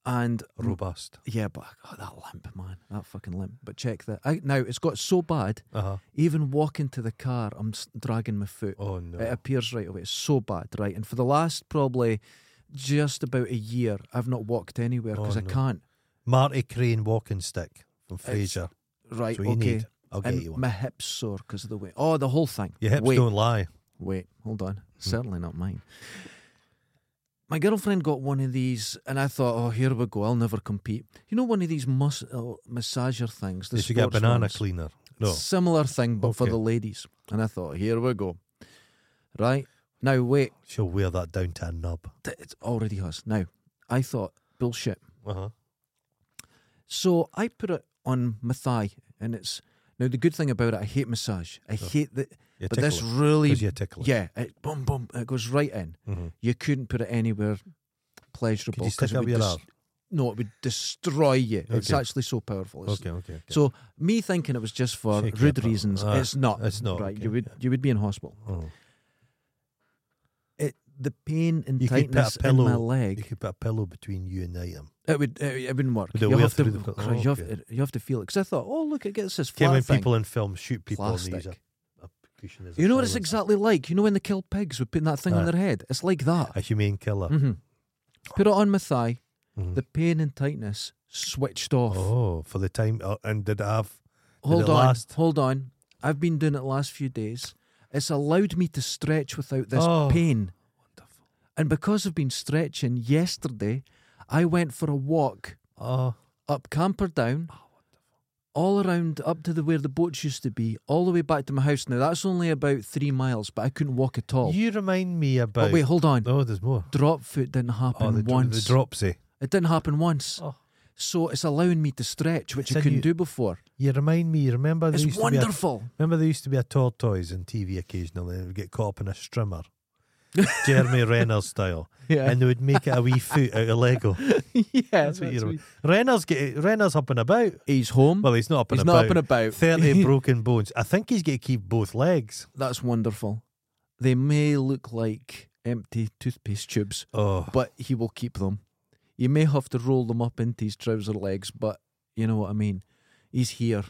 S2: And
S1: robust.
S2: yeah, but oh, that limp, man, that fucking limp. But check that. I, now it's got so bad,
S1: Uh huh.
S2: even walking to the car, I'm s- dragging my foot.
S1: Oh no.
S2: It appears right away. It's so bad, right? And for the last probably just about a year, I've not walked anywhere
S1: Oh,
S2: because I
S1: no.
S2: can't.
S1: Marty Crane walking stick from Fraser.
S2: Right?
S1: So you
S2: okay.
S1: need. I'll get
S2: and
S1: you one.
S2: my hips sore because of the weight. Oh, the whole thing.
S1: Your hips
S2: wait,
S1: don't Hmm. lie.
S2: wait, hold on. Certainly not mine. My girlfriend got one of these, and I thought, oh, here we go. I'll never compete. You know, one of these mus- uh, massager things. The
S1: Did you get a
S2: sports
S1: banana
S2: ones?
S1: cleaner? No.
S2: Similar thing, but for
S1: Okay.
S2: the ladies. And I thought, here we go. Right now, wait.
S1: She'll wear that down to a nub.
S2: Th- It already has. Now, I thought bullshit.
S1: Uh huh.
S2: So I put it on my thigh, and it's now the good thing about it. I hate massage. I hate that,
S1: You're
S2: but this
S1: ticklish,
S2: really
S1: 'cause you're tickling.
S2: Yeah, it boom boom, it goes right in.
S1: Mhm.
S2: You couldn't put it anywhere
S1: Could
S2: pleasurable.
S1: you
S2: 'cause
S1: stick
S2: it
S1: up
S2: would
S1: your
S2: des-
S1: arm?
S2: No, it would destroy you. It's
S1: Okay.
S2: actually so powerful. It's-
S1: Okay, okay. okay.
S2: So me thinking it was just for
S1: Shake your
S2: rude
S1: butt.
S2: reasons,
S1: Ah,
S2: it's not.
S1: it's not,
S2: Right,
S1: okay,
S2: you would you would be in hospital.
S1: Oh.
S2: It the pain and
S1: You could put a
S2: tightness in my
S1: pillow-
S2: leg.
S1: you could put a pillow between you and the item.
S2: It would. It, it wouldn't work.
S1: Would it
S2: You
S1: wear
S2: have, to,
S1: through the-
S2: Christ,
S1: Oh,
S2: you, have,
S1: okay.
S2: you have to feel it. Because I thought, oh look, it gets this
S1: Okay,
S2: flat
S1: when
S2: thing.
S1: people in film shoot people and they use
S2: Plastic.
S1: a, a cushion as a
S2: you know what it's
S1: pillow.
S2: exactly like. You know when they kill pigs, with putting that thing on
S1: Aye.
S2: their head. It's like that.
S1: A humane killer.
S2: hmm Put it on my thigh.
S1: Mhm.
S2: The pain and tightness switched off.
S1: Oh, for the time. Uh, and did it have. did
S2: hold
S1: it
S2: on,
S1: last?
S2: hold on. I've been doing it the last few days. It's allowed me to stretch without this
S1: Oh.
S2: pain. And because I've been stretching yesterday, I went for a walk
S1: Oh,
S2: up Camperdown,
S1: Ah,
S2: all around up to the where the boats used to be, all the way back to my house. Now that's only about three miles, but I couldn't walk at all.
S1: you remind me about.
S2: Oh. but wait, hold on.
S1: oh, there's more.
S2: Drop foot didn't happen
S1: Oh, the, dro- the
S2: once.
S1: dropsy.
S2: it didn't happen once.
S1: Oh.
S2: So it's allowing me to stretch, which I
S1: Said
S2: couldn't
S1: you-
S2: do before.
S1: You remind me. You remember there
S2: It's
S1: used to be a-
S2: wonderful.
S1: remember there used to be a tortoise on TV occasionally, and it would get caught up in a strimmer, Jeremy Renner style,
S2: Yeah.
S1: and they would make it a wee foot out of Lego.
S2: yeah,
S1: That's what you remember. Renner's get Renner's up and about.
S2: He's home.
S1: Well, he's not up and
S2: Hmm.
S1: about.
S2: He's not up and about.
S1: Thirty broken bones. I think he's going to keep both legs.
S2: That's wonderful. They may look like empty toothpaste tubes,
S1: Oh,
S2: but he will keep them. You may have to roll them up into his trouser legs, but you know what I mean. He's here.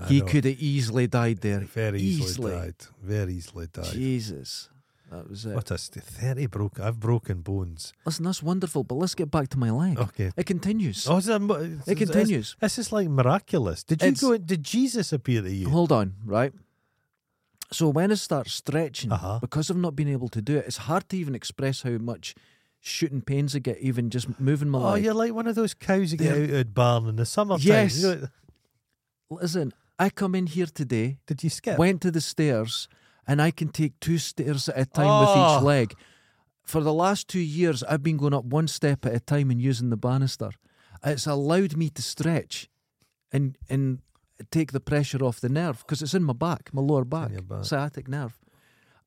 S1: I
S2: he
S1: know.
S2: could have easily died there.
S1: very easily,
S2: easily.
S1: died. Very easily died.
S2: Jesus. That was it.
S1: What a st- thirty broken. I've broken bones.
S2: Listen, that's wonderful, but let's get back to my leg.
S1: Okay.
S2: It continues.
S1: Oh, is that mo- is-
S2: it
S1: is-
S2: continues.
S1: This is like miraculous. Did you
S2: It's- Oh
S1: go? Did Jesus appear to you?
S2: Hold on, right? So when I start stretching,
S1: Uh-huh.
S2: because I've not been able to do it, it's hard to even express how much shooting pains I get, even just moving my
S1: Oh,
S2: leg.
S1: you're like one of those cows that get out of barn in the summertime.
S2: Yes.
S1: You know,
S2: Listen, I come in here today,
S1: did you skip?
S2: went to the stairs, and I can take two stairs at a time with
S1: Oh.
S2: each leg. For the last two years, I've been going up one step at a time and using the banister. It's allowed me to stretch and and take the pressure off the nerve because it's in my back, my lower back,
S1: your back.
S2: sciatic nerve.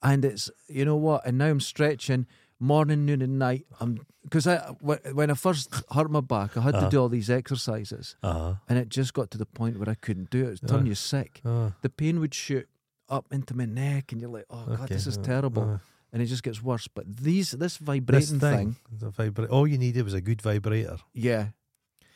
S2: And it's you know what, and now I'm stretching morning, noon, and night. I'm because I wh- when I first hurt my back, I had to do all these exercises
S1: Uh-huh.
S2: and it just got to the point where I couldn't do it. It was turning you sick.
S1: Uh,
S2: The pain would shoot up into my neck, and you're like, "Oh God,
S1: Okay,
S2: this is
S1: uh,
S2: terrible,"
S1: uh.
S2: and it just gets worse. But these, this
S1: this
S2: vibrating
S1: thing.
S2: thing,
S1: the vibra- all you needed was a good vibrator.
S2: yeah,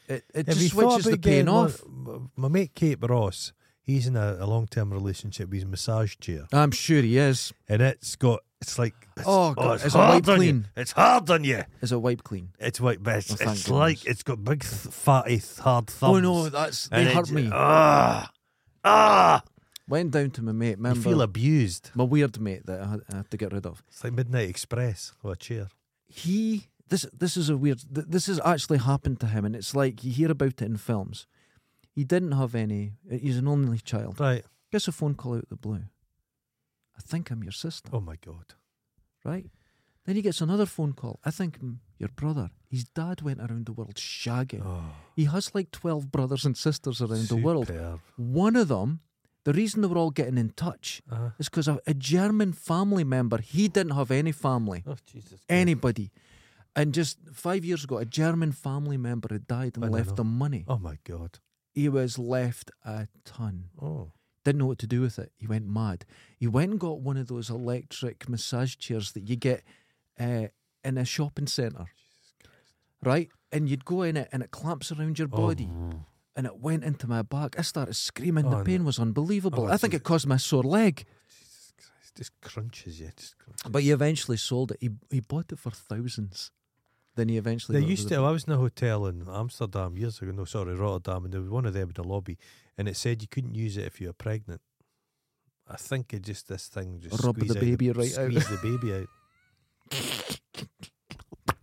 S2: it it
S1: Have you
S2: just
S1: thought
S2: switches the
S1: about
S2: pain
S1: getting one-
S2: off.
S1: m- My mate Kate Ross, he's in a, a long term relationship with his massage chair,
S2: I'm sure he is.
S1: and it's got it's like it's,
S2: Oh, God,
S1: it's
S2: is it wipe
S1: hard on you.
S2: clean?
S1: It's hard on you.
S2: Is a wipe clean?
S1: It's like but it's,
S2: Oh, thank
S1: it's like
S2: goodness.
S1: it's got big th- fatty th- hard thumbs.
S2: Oh no, that's Oh, they
S1: and it uh,
S2: hurt
S1: j-
S2: me.
S1: Ah, Ah,
S2: Went down to my mate,
S1: you
S2: remember?
S1: feel abused.
S2: my weird mate that I had, I had to get rid of.
S1: It's like Midnight Express or a chair.
S2: he this this is a weird th- this has actually happened to him and it's like you hear about it in films he didn't have any he's an only child
S1: Right.
S2: gets a phone call out of the blue i think i'm your sister
S1: Oh my God.
S2: right then he gets another phone call i think "Mm, your brother his dad went around the world shagging
S1: Oh,
S2: he has like 12 brothers and sisters around the world
S1: superb.
S2: one of them the reason they were all getting in touch
S1: Uh-huh.
S2: is because a, a german family member he didn't have any family
S1: Oh Jesus.
S2: anybody. And just five years ago, a German family member had died and
S1: I don't know.
S2: left them money.
S1: Oh my God.
S2: He was left a ton.
S1: Oh.
S2: Didn't know what to do with it. He went mad. He went and got one of those electric massage chairs that you get uh, in a shopping centre, right? And you'd go in it and it clamps around your body.
S1: Oh.
S2: And it went into my back. I started screaming.
S1: Oh, no.
S2: the pain was unbelievable.
S1: Oh,
S2: I think
S1: Jesus.
S2: it caused my sore leg.
S1: Jesus Christ. Just crunches you. Just crunches.
S2: But he eventually sold it. He, he bought it for thousands. Then he eventually.
S1: They
S2: got rid
S1: used
S2: of
S1: to.
S2: it.
S1: I was in a hotel in Amsterdam years ago. No, sorry, Rotterdam, and there was one of them in the lobby, and it said you couldn't use it if you were pregnant. I think it just this thing just
S2: Rub the
S1: squeeze out
S2: baby right out.
S1: squeeze the baby out.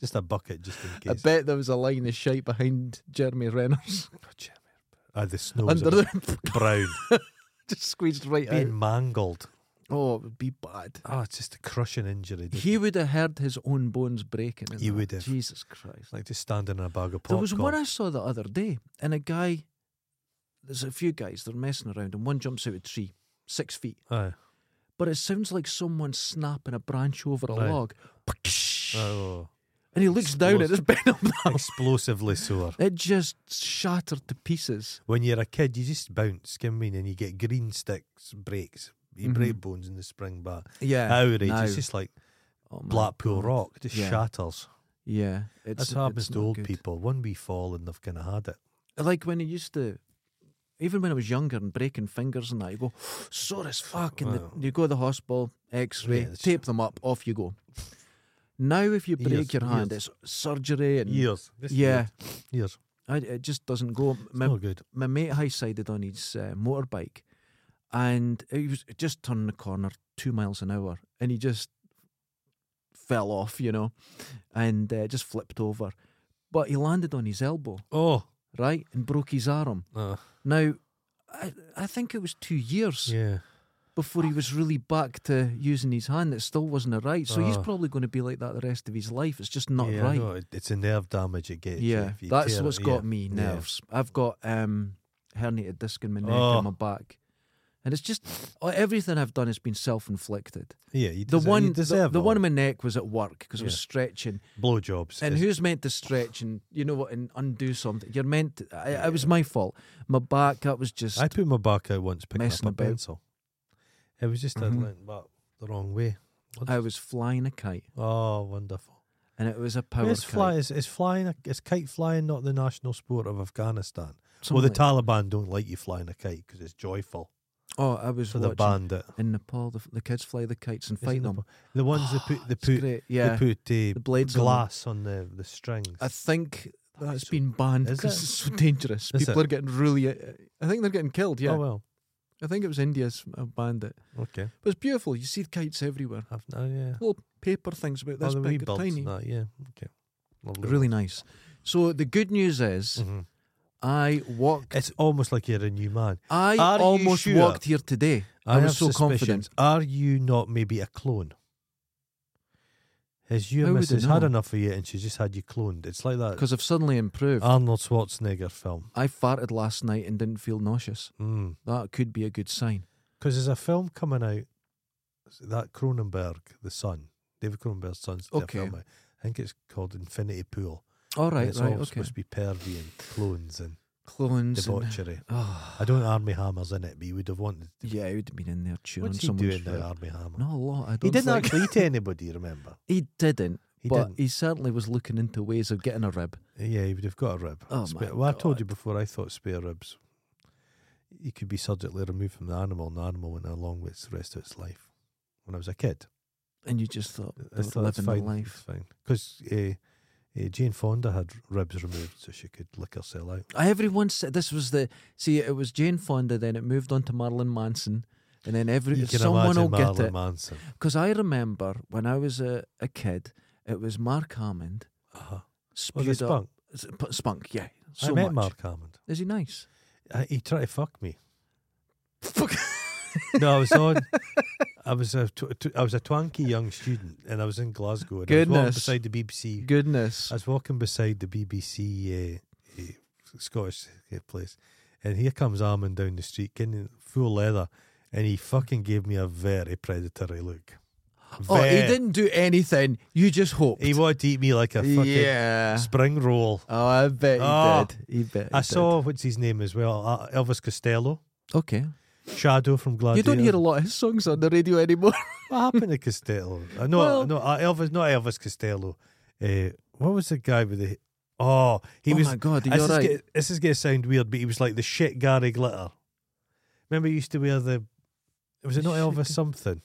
S1: just a bucket, just in
S2: I
S1: case.
S2: bet there was a line of shite behind Jeremy Renner's
S1: Oh, Jimmy. Ah, the snow
S2: under
S1: under
S2: the
S1: brown,
S2: just squeezed right out.
S1: being mangled.
S2: Oh, it would be bad.
S1: Oh, it's just a crushing injury.
S2: He would have heard his own bones breaking. in
S1: He
S2: that.
S1: would have.
S2: Jesus Christ.
S1: like just standing in a bag of popcorn.
S2: there was one I saw the other day, and a guy. There's a few guys. They're messing around, and one jumps out of a tree, six feet.
S1: Aye.
S2: But it sounds like someone snapping a branch over a
S1: Right.
S2: log.
S1: Oh,
S2: And he looks down at his bent up. arm.
S1: explosively sore.
S2: It just shattered to pieces.
S1: when you're a kid, you just bounce, skimming, and you get green sticks breaks. You
S2: Mhm.
S1: break bones in the spring back.
S2: Yeah.
S1: Outrage.
S2: now.
S1: It's just like
S2: Oh, my
S1: Blackpool
S2: God.
S1: Rock, just
S2: Yeah.
S1: shatters.
S2: Yeah, it's,
S1: That's what happens
S2: it's
S1: to
S2: not
S1: old
S2: good.
S1: people. One wee fall and they've kind of had it.
S2: Like when I used to, even when I was younger and breaking fingers and that, you go sore as fuck, and
S1: Wow.
S2: the, you go to the hospital, X-ray,
S1: Yeah, it's-
S2: tape them up, off you go. Now, if you break
S1: Years,
S2: your hand,
S1: years.
S2: it's surgery and
S1: Years. This is
S2: Mm. yeah,
S1: weird. Years.
S2: I, it just doesn't go.
S1: It's
S2: My,
S1: not good.
S2: my mate high-sided on his uh, motorbike, and he was just turning the corner two miles an hour, and he just fell off, you know, and uh, just flipped over, but he landed on his elbow
S1: Oh.
S2: right, and broke his arm.
S1: Uh,
S2: Now, I, I think it was two years
S1: yeah.
S2: before he was really back to using his hand. It still wasn't a right, so he's
S1: Oh.
S2: probably going to be like that the rest of his life. It's just not
S1: yeah, I
S2: right.
S1: know. It- It's a nerve damage it gets. you
S2: yeah,
S1: if you
S2: that's
S1: tear
S2: what's
S1: it,
S2: got
S1: yeah.
S2: me
S1: Yeah.
S2: nerves. I've got um, herniated disc in my neck
S1: Oh.
S2: and my back. And it's just oh, everything I've done has been self-inflicted.
S1: Yeah, you
S2: The
S1: deserve,
S2: one,
S1: you
S2: the,
S1: deserve
S2: the
S1: all
S2: one in
S1: that.
S2: my neck was at work because I was
S1: Yeah.
S2: stretching.
S1: blowjobs.
S2: And
S1: is-
S2: who's meant to stretch and you know what and undo something? You're meant. To, I, It was my fault. My back. That was just.
S1: I put my back out once picking up
S2: messing
S1: a
S2: about.
S1: pencil. It was just I
S2: Mhm.
S1: went back the wrong way. What
S2: I was flying a kite,
S1: Oh, wonderful.
S2: and it was a power
S1: It's
S2: kite.
S1: fly is, is flying a, is kite flying not the national sport of Afghanistan?
S2: something
S1: well, the
S2: like-
S1: Taliban don't like you flying a kite because it's joyful.
S2: oh, I was
S1: So
S2: watching
S1: they banned it.
S2: in Nepal. The, the kids fly the kites and
S1: Isn't
S2: fight
S1: it
S2: them.
S1: po- The ones that put they
S2: It's
S1: put
S2: great. Yeah,
S1: they put
S2: the
S1: uh,
S2: blades on them.
S1: glass on the the strings.
S2: I think
S1: That
S2: that's
S1: is-
S2: been banned
S1: is
S2: because
S1: it?
S2: it's so dangerous.
S1: Is
S2: People
S1: it?
S2: are getting really. uh, I think they're getting killed. Yeah,
S1: Oh well,
S2: I think it was India's uh, banned it.
S1: okay.
S2: But it's beautiful. You see kites everywhere.
S1: I've, oh yeah.
S2: Little paper things about
S1: oh,
S2: this
S1: the wee
S2: big, or
S1: buds
S2: tiny.
S1: and that, yeah. Okay. Lovely.
S2: Really nice. So the good news is,
S1: Mhm.
S2: I walked.
S1: It's almost like you're a new man.
S2: I
S1: Are you
S2: almost
S1: sure?
S2: walked here today. I,
S1: have
S2: was so
S1: suspicions.
S2: confident.
S1: Are you not maybe a clone? Has your
S2: How would I
S1: missus had
S2: know?
S1: enough of you and she's just had you cloned? It's like that
S2: Because I've suddenly improved.
S1: Arnold Schwarzenegger film.
S2: I farted last night and didn't feel nauseous.
S1: Because
S2: That could be a good sign.
S1: there's a film coming out that Cronenberg, the son, David Cronenberg's son's did a
S2: Okay.
S1: film out. I think it's called Infinity Pool.
S2: All
S1: and
S2: right,
S1: it's
S2: right,
S1: all
S2: okay.
S1: supposed to be pervy and clones and
S2: Clones. and-
S1: debauchery.
S2: oh,
S1: I don't army hammers in it, but you would have wanted.
S2: yeah, he would have been in there chewing
S1: What's he
S2: someone's
S1: doing now,
S2: rib.
S1: army hammer?
S2: Not a lot. I don't
S1: he didn't
S2: think.
S1: actually eat anybody. Remember,
S2: he didn't.
S1: he
S2: but
S1: didn't.
S2: he certainly was looking into ways of getting a rib.
S1: Yeah, he would have got a rib.
S2: Oh,
S1: Spare-
S2: my
S1: well, I told you
S2: God.
S1: before. I thought spare ribs. You could be surgically removed from the animal, and the animal went along with the rest of its life. When I was a kid,
S2: And you just thought, they
S1: It's-
S2: were
S1: that's
S2: living
S1: fine.
S2: the
S1: It's
S2: life.
S1: fine because uh, Uh, Jane Fonda had ribs removed so she could lick herself out.
S2: Everyone said this was the see. It was Jane Fonda. Then it moved on to Marilyn Manson, and then every
S1: You can
S2: someone will
S1: imagine
S2: get
S1: Marilyn
S2: it.
S1: Manson.
S2: Because I remember when I was a, a kid, it was Mark Hammond
S1: Uh-huh. Well,
S2: spewed
S1: the
S2: up.
S1: spunk.
S2: Sp- spunk, yeah. So
S1: I met
S2: much.
S1: Mark Hammond.
S2: Is he nice?
S1: I, he tried to fuck me. No, I was on. I was a tw- tw- I was a twanky young student, and I was in Glasgow. And I was walking
S2: Goodness.
S1: beside the BBC.
S2: Goodness.
S1: I was walking beside the BBC uh, uh, Scottish uh, place, and here comes Armin down the street, in full leather, and he fucking gave me a very predatory look.
S2: Oh, he
S1: Very-
S2: didn't do anything. You just hoped.
S1: He wanted to eat me like a fucking
S2: yeah.
S1: spring roll.
S2: Oh, I bet he
S1: Oh.
S2: did. He bet. he
S1: I
S2: did.
S1: saw what's his name as well, uh, Elvis Costello,
S2: Okay.
S1: Shadow from
S2: You
S1: Gladiator.
S2: don't hear a lot of his songs on the radio anymore.
S1: What happened to Costello? Uh, no,
S2: Well-
S1: no, uh, Elvis, not Elvis Costello. Uh, what was the guy with the? Oh, he
S2: oh
S1: was.
S2: my God,
S1: this,
S2: you're
S1: is
S2: right.
S1: gonna, this is gonna sound weird, but he was like the shit Gary Glitter. Remember, he used to wear the. Was it
S2: The
S1: not
S2: shit
S1: Elvis
S2: Ga-
S1: something?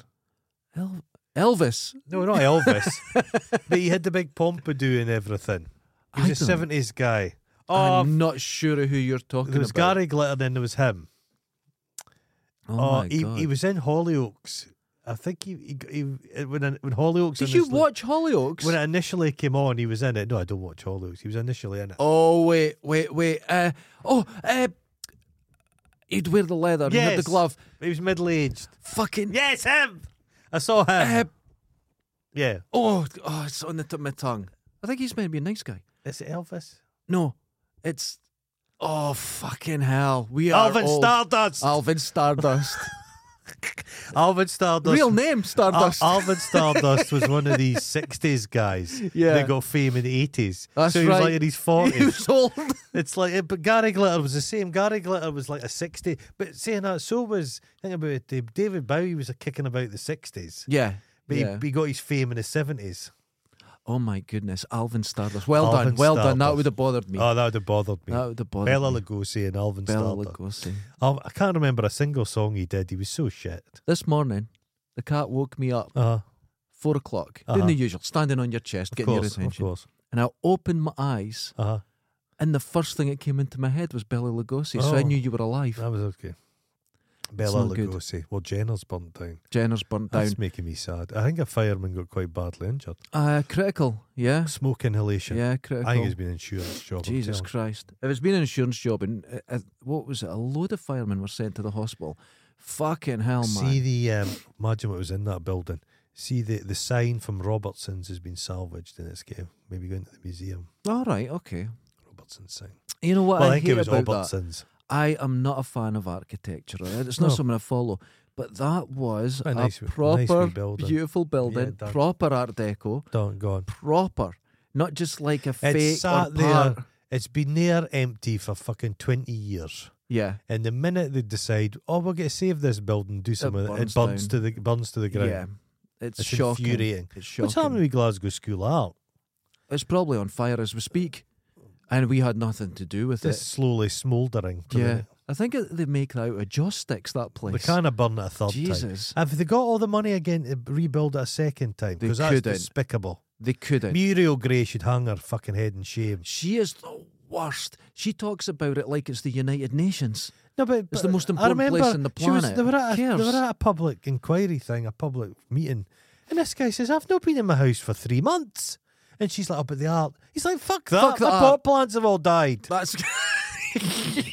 S2: El- Elvis.
S1: No, not Elvis. but he had the big pompadour and everything. He
S2: I
S1: was a
S2: don't-
S1: seventies guy. Oh,
S2: I'm not sure who you're talking
S1: there was
S2: about.
S1: Gary Glitter, then there was him.
S2: Oh, my
S1: he,
S2: God.
S1: he was in Hollyoaks. I think he, he, he when I- when Hollyoaks.
S2: Did you
S1: initially-
S2: watch Hollyoaks?
S1: When it initially came on, he was in it. No, I don't watch Hollyoaks. He was initially in it.
S2: Oh wait, wait, wait. Uh, oh, uh, he'd wear the leather. He had the
S1: Yes.
S2: glove.
S1: He was middle aged.
S2: Fucking.
S1: Yes, him. I saw him.
S2: Uh,
S1: yeah.
S2: oh, oh, it's on the tip of my tongue. I think he's meant to be a nice guy.
S1: Is it Elvis?
S2: No, it's. Oh fucking hell! We are
S1: Alvin
S2: old.
S1: Stardust.
S2: Alvin Stardust.
S1: Alvin Stardust.
S2: Real name
S1: Al-
S2: Stardust.
S1: Alvin Stardust was one of these 60s guys
S2: Yeah.
S1: that got fame in the 80s.
S2: That's
S1: so he was
S2: right.
S1: like in his
S2: he
S1: 40s.
S2: was old.
S1: it's like, but Gary Glitter was the same. Gary Glitter was like a 60. But saying that, so was, think about it, Dave- David Bowie was a kicking about the 60s.
S2: Yeah.
S1: But
S2: yeah.
S1: he, he got his fame in the 70s.
S2: oh my goodness, Alvin Stardust. Well
S1: Alvin
S2: done. Well done. That
S1: Stardust.
S2: would have bothered me.
S1: Oh, that would have bothered me.
S2: that would have bothered
S1: Bella
S2: me.
S1: Lugosi and Alvin
S2: Bella
S1: Stardust.
S2: Lugosi.
S1: Oh, I can't remember a single song he did. He was so shit.
S2: This morning, the cat woke me up.
S1: Uh,
S2: four o'clock,
S1: Uh-huh.
S2: doing the usual, standing on your chest,
S1: of
S2: getting
S1: course,
S2: your
S1: of
S2: attention.
S1: course.
S2: And I opened my eyes,
S1: Uh,
S2: and the first thing that came into my head was Bella Lugosi, so I
S1: Oh.
S2: knew you were alive.
S1: that was okay. Bella
S2: not good.
S1: Lugosi. Well, Jenner's burnt down.
S2: Jenner's burnt down.
S1: That's making me sad. I think a fireman got quite badly injured.
S2: Uh, critical, yeah,
S1: Smoke inhalation.
S2: yeah,
S1: I think
S2: critical.
S1: it's been insurance job. I'm
S2: Jesus
S1: telling
S2: Christ! If it's been an insurance job, and uh, uh, what was it? A load of firemen were sent to the hospital. Fucking hell,
S1: you.
S2: man!
S1: See the um, imagine what was in that building. See the the sign from Robertson's has been salvaged and it's getting maybe going to the museum.
S2: All right, okay.
S1: Robertson's sign.
S2: You know what
S1: Well,
S2: I,
S1: I, think
S2: hate
S1: it was
S2: about that?
S1: Robertson's.
S2: I am not a fan of architecture. all right? It's not
S1: No.
S2: something I follow. But that was
S1: A
S2: a,
S1: nice wee- nice wee
S2: proper,
S1: building.
S2: beautiful building,
S1: done.
S2: proper Art Deco,
S1: Don't go on.
S2: proper, not just like a
S1: It's
S2: fake or
S1: sat there.
S2: part-
S1: It's been near empty for fucking twenty years.
S2: Yeah,
S1: And the minute they decide, oh, we're going to save this building, do something, it
S2: burns
S1: burns
S2: down.
S1: to the burns to the ground.
S2: yeah. It's,
S1: It's
S2: shocking.
S1: infuriating.
S2: It's shocking.
S1: What's happening with Glasgow School of Art?
S2: It's probably on fire as we speak, and we had nothing to do with
S1: It's slowly smouldering. to
S2: it.
S1: the
S2: Yeah,
S1: minute.
S2: I think it, they make it out of joss sticks. That
S1: They
S2: place.
S1: can't have burned it a third time.
S2: Jesus,
S1: Have they got all the money again to rebuild it a second time?
S2: They
S1: Because that's
S2: couldn't.
S1: despicable.
S2: they couldn't.
S1: Muriel Gray should hang her fucking head in shame.
S2: she is the worst. She talks about it like it's the United Nations.
S1: No, but,
S2: It's
S1: but
S2: the most
S1: I
S2: important place
S1: remember
S2: on the
S1: she was-
S2: planet.
S1: they, were at a,
S2: Who
S1: they
S2: cares?
S1: were at a public inquiry thing, a public meeting, and this guy says, "I've not been in my house for three months." And she's like, "Oh, but the art." He's like, "Fuck that!
S2: Fuck the
S1: my
S2: art."
S1: pot plants have all died."
S2: That's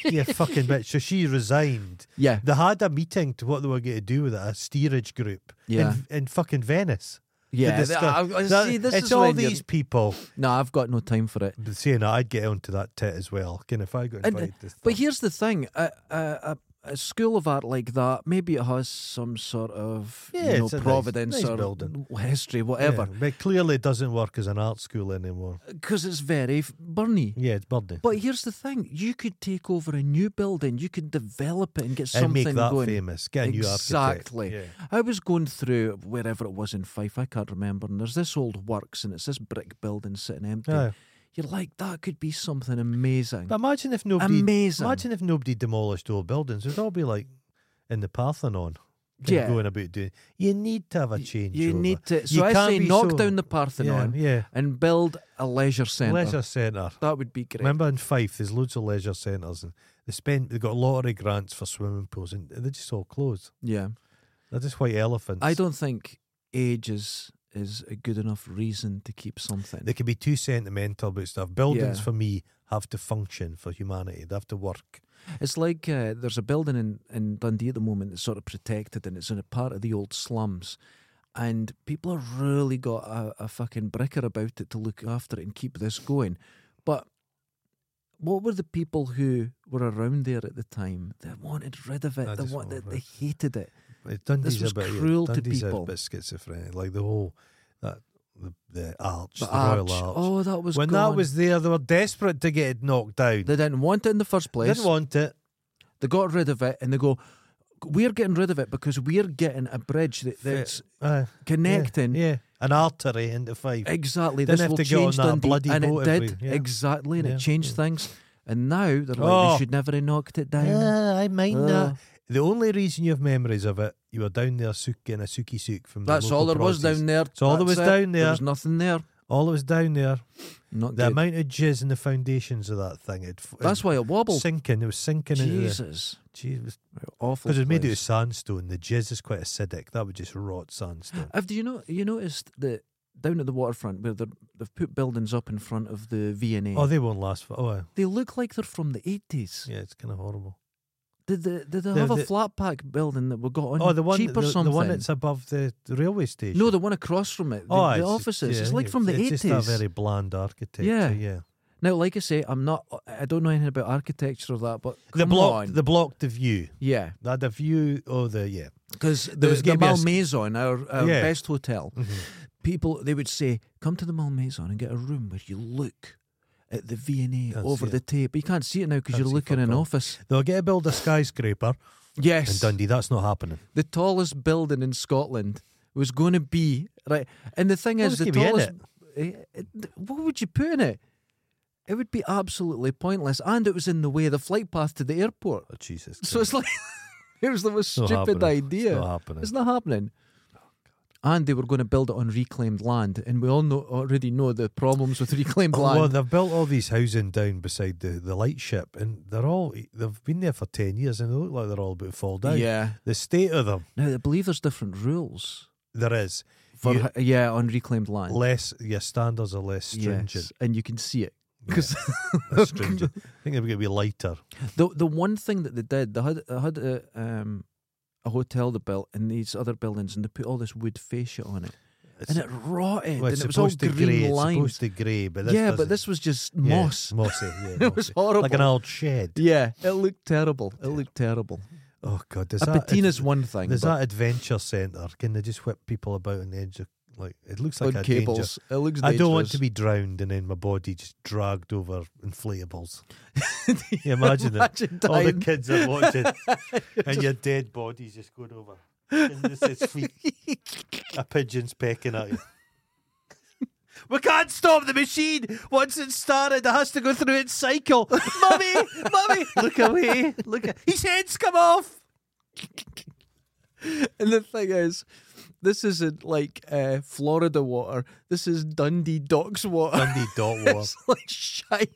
S1: you fucking bitch. So she resigned.
S2: yeah.
S1: They had a meeting to what they were going to do with it, a steerage group
S2: Yeah.
S1: in, in fucking Venice. to
S2: Yeah,
S1: discuss-
S2: I, I-
S1: That-
S2: see, this
S1: it's
S2: is
S1: all
S2: when
S1: these
S2: You're,
S1: people.
S2: no, I've got no time for it.
S1: But Saying that, I'd get onto that tit as well. Can if I got
S2: And-
S1: invited. to
S2: But
S1: stuff.
S2: here's the thing: a, a, a, a school of art like that, maybe it has some sort of
S1: Yeah,
S2: you know,
S1: it's a nice-
S2: providence
S1: nice
S2: or
S1: building.
S2: history,
S1: Yeah,
S2: whatever,
S1: but clearly it doesn't work as an art school anymore.
S2: because it's very f- Bernie.
S1: Yeah, it's burning.
S2: But here's the thing: you could take over a new building, you could develop it and get
S1: and
S2: something
S1: make that
S2: going.
S1: famous. Get a new architect.
S2: Exactly.
S1: Yeah.
S2: I was going through wherever it was in Fife, I can't remember, and there's this old works, and it's this brick building sitting empty.
S1: Aye.
S2: You're like, that could be something amazing.
S1: But imagine if nobody
S2: Amazing.
S1: Imagine if nobody demolished old buildings. It'd all be like in the Parthenon. kind
S2: Yeah.
S1: of going about doing. You need to have a
S2: Y-
S1: change.
S2: You
S1: over.
S2: need to. So
S1: You
S2: I
S1: can't
S2: say
S1: be
S2: knock
S1: so-
S2: down the Parthenon
S1: Yeah, yeah.
S2: and build a leisure centre.
S1: Leisure centre.
S2: That would be great.
S1: Remember in Fife, there's loads of leisure centres, and they spent they got lottery grants for swimming pools, and they're just all closed.
S2: Yeah.
S1: They're just white elephants.
S2: I don't think age is, is a good enough reason to keep something.
S1: They can be too sentimental about stuff. Buildings
S2: Yeah.
S1: for me have to function for humanity. They have to work.
S2: It's like uh, there's a building in, in Dundee at the moment that's sort of protected and it's in a part of the old slums. And people have really got a, a fucking bricker about it to look after it and keep this going. But what were the people who were around there at the time that wanted rid of it?
S1: I
S2: They,
S1: just
S2: wa- they,
S1: wanted
S2: they
S1: rid-
S2: hated it.
S1: Uh, Dundee's
S2: was
S1: a bit
S2: cruel to
S1: Dundee's
S2: people.
S1: a bit schizophrenic. Like the whole that the, the arch, the,
S2: The arch.
S1: royal arch.
S2: Oh, that was
S1: when
S2: gone.
S1: that was there, they were desperate to get it knocked down.
S2: They didn't want it in the first place.
S1: Didn't want it.
S2: they got rid of it and they go, we're getting rid of it because we're getting a bridge that, that's
S1: Uh,
S2: connecting.
S1: Yeah, yeah. an artery into Fife.
S2: Exactly.
S1: Didn't
S2: this
S1: have
S2: will
S1: to get on
S2: change
S1: that
S2: Dundee,
S1: bloody
S2: and it
S1: boat
S2: did
S1: every- yeah.
S2: exactly, and
S1: Yeah,
S2: it changed things. And now they're like,
S1: Oh.
S2: they should never have knocked it down.
S1: Ah, I mind
S2: Ah.
S1: that. The only reason you have memories of it, you were down there sook in a suki sook from the
S2: That's
S1: local
S2: all there was
S1: prodigies.
S2: down there.
S1: That's all there
S2: That's
S1: was
S2: it.
S1: down there.
S2: There was nothing there.
S1: All that was down there,
S2: Not
S1: the
S2: good.
S1: amount of jizz in the foundations of that thing, it
S2: That's why it wobbled.
S1: sinking. It was sinking into
S2: Jesus,
S1: the
S2: awful.
S1: because it was made out of
S2: place.
S1: sandstone. The jizz is quite acidic. That would just rot sandstone.
S2: Have do you know? You noticed that down at the waterfront where they're, they've put buildings up in front of the V and
S1: Oh,
S2: A.
S1: they won't last for. Oh,
S2: They look like they're from the eighties.
S1: yeah, it's kind of horrible.
S2: Did they, did they
S1: The-
S2: have a
S1: the-
S2: flat pack building that we got on
S1: Oh, the one,
S2: cheap
S1: the,
S2: or something?
S1: the one that's above the, the railway station.
S2: no, the one across from it. The,
S1: oh,
S2: the
S1: it's-
S2: offices.
S1: yeah,
S2: it's like from the
S1: It's
S2: eighties.
S1: just a very bland architecture.
S2: Yeah.
S1: Yeah,
S2: Now, like I say, I'm not. I don't know anything about architecture or that, but
S1: The
S2: come
S1: block,
S2: on.
S1: the blocked the view.
S2: yeah,
S1: That the view. Oh, the yeah.
S2: because there
S1: was
S2: was the
S1: gonna be a s-
S2: Malmaison, our, our
S1: Yeah. Mm-hmm.
S2: best hotel. People they would say, "Come to the Malmaison and get a room where you look at the V and A
S1: Can't
S2: over
S1: see
S2: the tape." But you can't see it now because
S1: Can't
S2: you're
S1: see
S2: looking in an
S1: fuck all.
S2: office.
S1: They'll get to build a skyscraper in
S2: Yes,
S1: Dundee. That's not happening.
S2: the tallest building in Scotland was going to be right. And the thing
S1: What
S2: is,
S1: was
S2: the
S1: gonna be in
S2: tallest. Eh, eh, th- What would you put in it? It would be absolutely pointless, and it was in the way of the flight path to the airport.
S1: Oh, Jesus. Christ.
S2: So it's like it was the most
S1: It's not
S2: stupid
S1: happening.
S2: idea.
S1: It's not happening.
S2: It's not happening. And they were going to build it on reclaimed land, and we all know already know the problems with reclaimed
S1: Oh,
S2: land.
S1: Well, they've built all these housing down beside the, the lightship, and they're all they've been there for ten years, and they look like they're all about to fall down.
S2: yeah.
S1: The state of them,
S2: Now I believe there's different rules
S1: there is
S2: for
S1: You-
S2: ho- yeah on reclaimed land.
S1: less. Your standards are less stringent.
S2: Yes, and you can see it because
S1: Less stringent. I think they're going to be lighter.
S2: the the one thing that they did, they had, they had a, um, a hotel they built in these other buildings, and they put all this wood fascia on it,
S1: It's,
S2: and it rotted,
S1: well,
S2: and
S1: it's
S2: it was all
S1: supposed to
S2: green
S1: grey. It's
S2: lines.
S1: supposed to grey, but this
S2: Yeah, but
S1: doesn't.
S2: this was just
S1: Yeah,
S2: moss.
S1: mossy. Yeah,
S2: it was
S1: mossy.
S2: horrible.
S1: like an old shed.
S2: Yeah, it looked terrible. It looked terrible.
S1: Oh God, does
S2: a
S1: that
S2: patina's one thing.
S1: There's
S2: but
S1: that adventure centre. Can they just whip people about on the edge of like it looks like
S2: on
S1: a danger.
S2: cables. It looks.
S1: I don't want to be
S2: dangerous.
S1: drowned and then my body just dragged over inflatables. you imagine that?
S2: Imagine
S1: All the
S2: dying.
S1: kids are watching and your dead body's just going over. And this is feet. a pigeon's pecking at you. We can't stop the machine. Once it's started, it has to go through its cycle. mummy, mummy, look away. Look, a- his head's come off.
S2: And the thing is, this isn't like uh, Florida water. This is Dundee Docks water.
S1: Dundee dot war.
S2: it's like shite.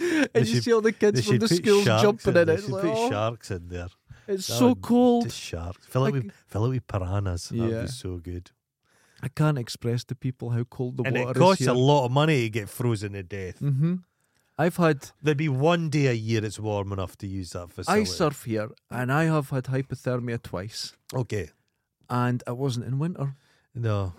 S2: and
S1: They
S2: you
S1: should-
S2: see all the kids from the schools jumping in,
S1: there.
S2: it.
S1: They
S2: It's,
S1: should
S2: like,
S1: put
S2: oh,
S1: sharks in there.
S2: it's
S1: That
S2: so
S1: would-
S2: cold.
S1: Just sharks. Fill it
S2: Like-
S1: with fill it with piranhas. That'd
S2: Yeah.
S1: be so good.
S2: I can't express to people how cold the
S1: And
S2: water
S1: it costs
S2: is
S1: a
S2: here.
S1: lot of money to get frozen to death.
S2: mm-hmm. I've had
S1: There'd be one day a year it's warm enough to use that facility.
S2: I surf here, and I have had hypothermia twice,
S1: Okay.
S2: and it wasn't in winter.
S1: No.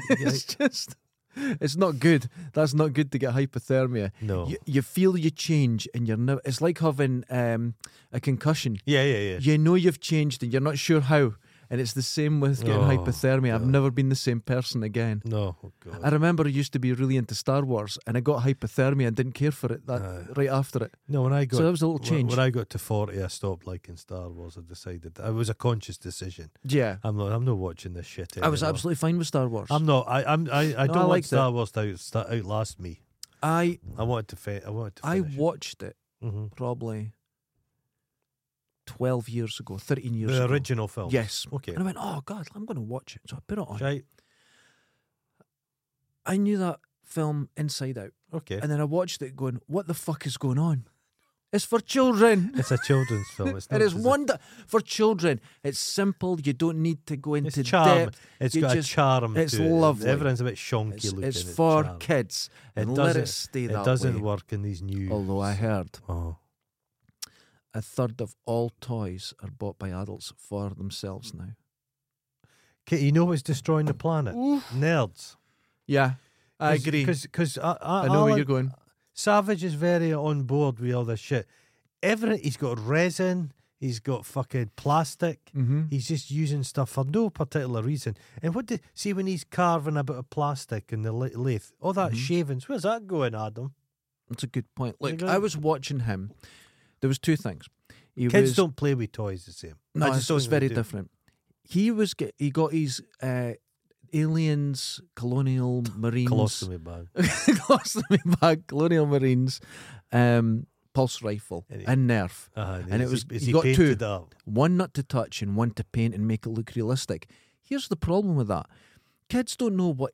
S2: it's just it's not good that's not good to get hypothermia
S1: No.
S2: you, you feel you change and you're no it's like having um, a concussion
S1: Yeah, yeah, yeah.
S2: you know you've changed and you're not sure how and it's the same with getting
S1: Oh,
S2: hypothermia i've
S1: God.
S2: never been the same person again
S1: No. Oh,
S2: I
S1: God.
S2: remember I used to be really into Star Wars, and I got hypothermia and didn't care for it that
S1: Aye.
S2: right after it.
S1: No, when I got
S2: so that was a little
S1: when-
S2: change.
S1: When I got to forty I stopped liking Star Wars. I decided it was a conscious decision.
S2: yeah,
S1: I'm not I'm not watching this shit
S2: I was
S1: anymore.
S2: absolutely fine with Star Wars.
S1: I'm not. I. I'm. I. I
S2: No,
S1: don't
S2: I
S1: want
S2: liked
S1: Star Wars to out, sta- outlast me.
S2: I
S1: I wanted to. Mm-hmm. Fe- I wanted to.
S2: I
S1: Finish.
S2: watched it
S1: hmm
S2: probably 12 years ago, 13 years
S1: the
S2: ago.
S1: original film.
S2: Yes.
S1: Okay.
S2: And I went, oh, God, I'm going to watch it. So I put it on.
S1: Right.
S2: I knew that film inside out.
S1: Okay.
S2: And then I watched it going, what the fuck is going on? It's for children.
S1: It's a children's film. It's not,
S2: It is
S1: it's a-
S2: wonder for children. It's simple. You don't need to go
S1: It's
S2: into
S1: charm.
S2: depth.
S1: It's
S2: You
S1: got
S2: just-
S1: a charm.
S2: it's
S1: to
S2: lovely.
S1: It. Everyone's a bit shonky
S2: It's,
S1: looking.
S2: it's for
S1: charm.
S2: kids.
S1: It
S2: And let
S1: doesn't-
S2: it stay
S1: It
S2: that
S1: doesn't
S2: way.
S1: work in these new.
S2: Although I heard
S1: Oh.
S2: a third of all toys are bought by adults for themselves now.
S1: Okay, you know what's destroying the planet? Nerds.
S2: Yeah, I agree.
S1: Because I, I,
S2: I know where
S1: Alan
S2: you're going.
S1: Savage is very on board with all this shit. Every he's got resin, he's got fucking plastic.
S2: Mm-hmm.
S1: He's just using stuff for no particular reason. And what did see when he's carving a bit of plastic in the la- lathe? All that
S2: Mhm.
S1: shavings. Where's that going, Adam?
S2: That's a good point.
S1: You're
S2: Look,
S1: going-
S2: I was watching him. There was two things. He
S1: Kids
S2: was,
S1: don't play with toys the same.
S2: No,
S1: I just
S2: it's,
S1: don't
S2: it's
S1: think
S2: very
S1: they do.
S2: different. He was. Get, he got his uh, aliens, colonial marines,
S1: Colostomy bag.
S2: colostomy bag, colonial marines, um, pulse rifle,
S1: And
S2: and,
S1: he-
S2: Nerf.
S1: Uh,
S2: And it was-
S1: Is
S2: he
S1: he
S2: got two.
S1: painted up?
S2: One not to touch and one to paint and make it look realistic. Here's the problem with that: kids don't know what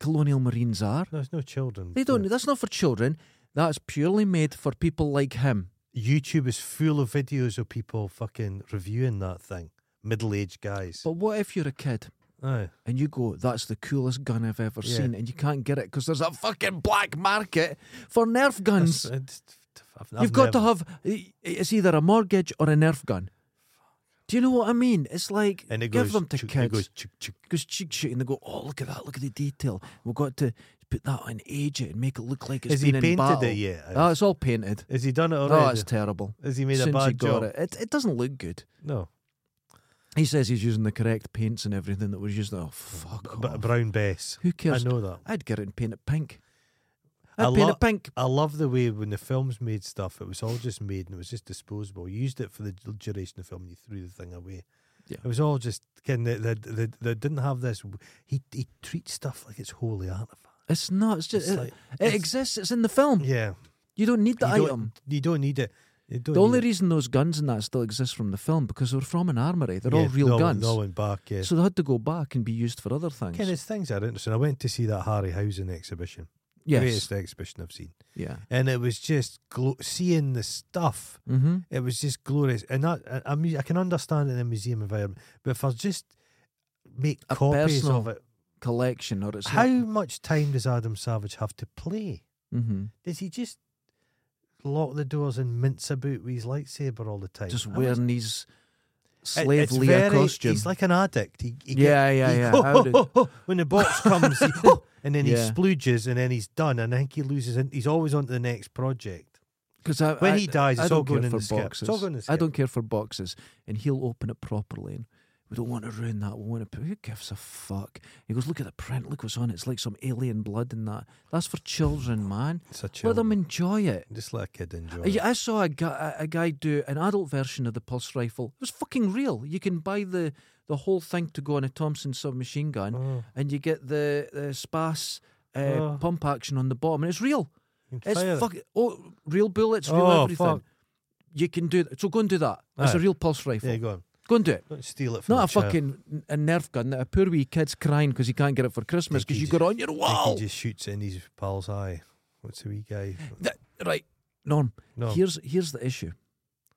S2: colonial marines are.
S1: No, it's no children.
S2: They don't. That's not for children. That's purely made for people like him.
S1: YouTube is full of videos of people fucking reviewing that thing. Middle aged guys.
S2: But what if you're a kid
S1: Aye.
S2: and you go, "That's the coolest gun I've ever
S1: Yeah.
S2: seen," and you can't get it because there's a fucking black market for Nerf
S1: That's-
S2: guns?
S1: it's- I've- I've
S2: You've got to
S1: never-
S2: have. i- It's either a mortgage or a Nerf gun. Do you know what I mean? It's like
S1: And it
S2: give
S1: goes,
S2: them to
S1: chuk-
S2: kids.
S1: It goes, chuk, chuk.
S2: goes cheek shooting. They go, oh, look at that, look at the detail. We've got to put that on, age it, and make it look like it's
S1: Has he
S2: been in
S1: painted
S2: battle.
S1: it yet?
S2: Oh, it's all painted.
S1: Has he done it
S2: Oh,
S1: already?
S2: it's terrible.
S1: Has he made a
S2: Since he
S1: bad
S2: got
S1: job?
S2: it. it, it doesn't look good.
S1: No.
S2: He says he's using the correct paints and everything that was used. Oh, fuck
S1: B- b-
S2: off.
S1: Brown Bess.
S2: Who
S1: I
S2: cares?
S1: know that.
S2: I'd get it and paint it pink.
S1: A
S2: I'd paint
S1: lot-
S2: it pink.
S1: I love the way when the films made stuff, it was all just made and it was just disposable. You used it for the d- duration of the film, and you threw the thing away.
S2: Yeah.
S1: It was all just kind of they, they, they, they didn't have this. w- He he treats stuff like it's holy artifact.
S2: It's not. It's just.
S1: It's
S2: it
S1: like-
S2: it
S1: it's-
S2: exists. It's in the film.
S1: Yeah,
S2: You don't need the
S1: you
S2: item.
S1: Don't, you don't need it. You don't
S2: The only
S1: need it.
S2: reason those guns and that still exist from the film because they're from an armory. They're all
S1: Yeah,
S2: real
S1: no,
S2: guns.
S1: No one back. Yeah.
S2: So they had to go back and be used for other things.
S1: Ken, it's things that are interesting. I went to see that Harry Housen exhibition.
S2: yes.
S1: Greatest exhibition I've seen.
S2: Yeah.
S1: And it was just glo- seeing the stuff.
S2: Mm-hmm.
S1: It was just glorious. And that, I- I, mean, I can understand it in a museum environment, but if I just make
S2: A
S1: copies of
S2: personal
S1: it,
S2: Collection or it's
S1: how much time does Adam Savage have to play?
S2: hmm
S1: Does he just lock the doors and mince about with his lightsaber all the time?
S2: just
S1: I mean,
S2: wearing these
S1: it-
S2: slave
S1: it's
S2: Leia
S1: very-
S2: costume.
S1: He's like an addict. He, he
S2: Yeah, yeah,
S1: he-
S2: yeah.
S1: ho,
S2: I
S1: ho,
S2: would-
S1: ho, ho. When the box comes, he, ho, and then he
S2: Yeah.
S1: splooges, and then he's done. And I think he loses. In, he's always on to the next project.
S2: Because I,
S1: When
S2: I-
S1: he dies,
S2: I
S1: it's
S2: don't
S1: all going
S2: care
S1: in
S2: for
S1: the skip. It's
S2: boxes.
S1: all going in the
S2: I
S1: skip.
S2: don't care for boxes, and he'll open it properly. And we don't want to ruin that. We want to put. Who gives a fuck? He goes, look at the print. Look what's on. it. It's like some alien blood and that. That's for children, man.
S1: It's a
S2: Let them
S1: child.
S2: enjoy it.
S1: Just let a kid enjoy. it.
S2: I, I saw a guy, a a guy do an adult version of the pulse rifle. It was fucking real. You can buy the, the whole thing to go on a Thompson submachine gun,
S1: Oh.
S2: and you get the, the spas uh,
S1: Oh.
S2: pump action on the bottom, and it's real.
S1: You can
S2: It's
S1: fire it.
S2: fucking oh, real bullets, real
S1: Oh,
S2: everything.
S1: fuck.
S2: You can do it. So go and do that. That's a
S1: Aye.
S2: real pulse rifle.
S1: Yeah, go on.
S2: Go and do it.
S1: Don't steal it from
S2: Not
S1: the
S2: a
S1: child.
S2: fucking a Nerf gun that a poor wee kid's crying because he can't get it for Christmas
S1: Think
S2: because
S1: he
S2: you
S1: ju-
S2: got it on your
S1: I
S2: wall.
S1: think he just shoots it in his pal's eye. What's the wee guy?
S2: That- right, Norm.
S1: No.
S2: Here's here's the issue.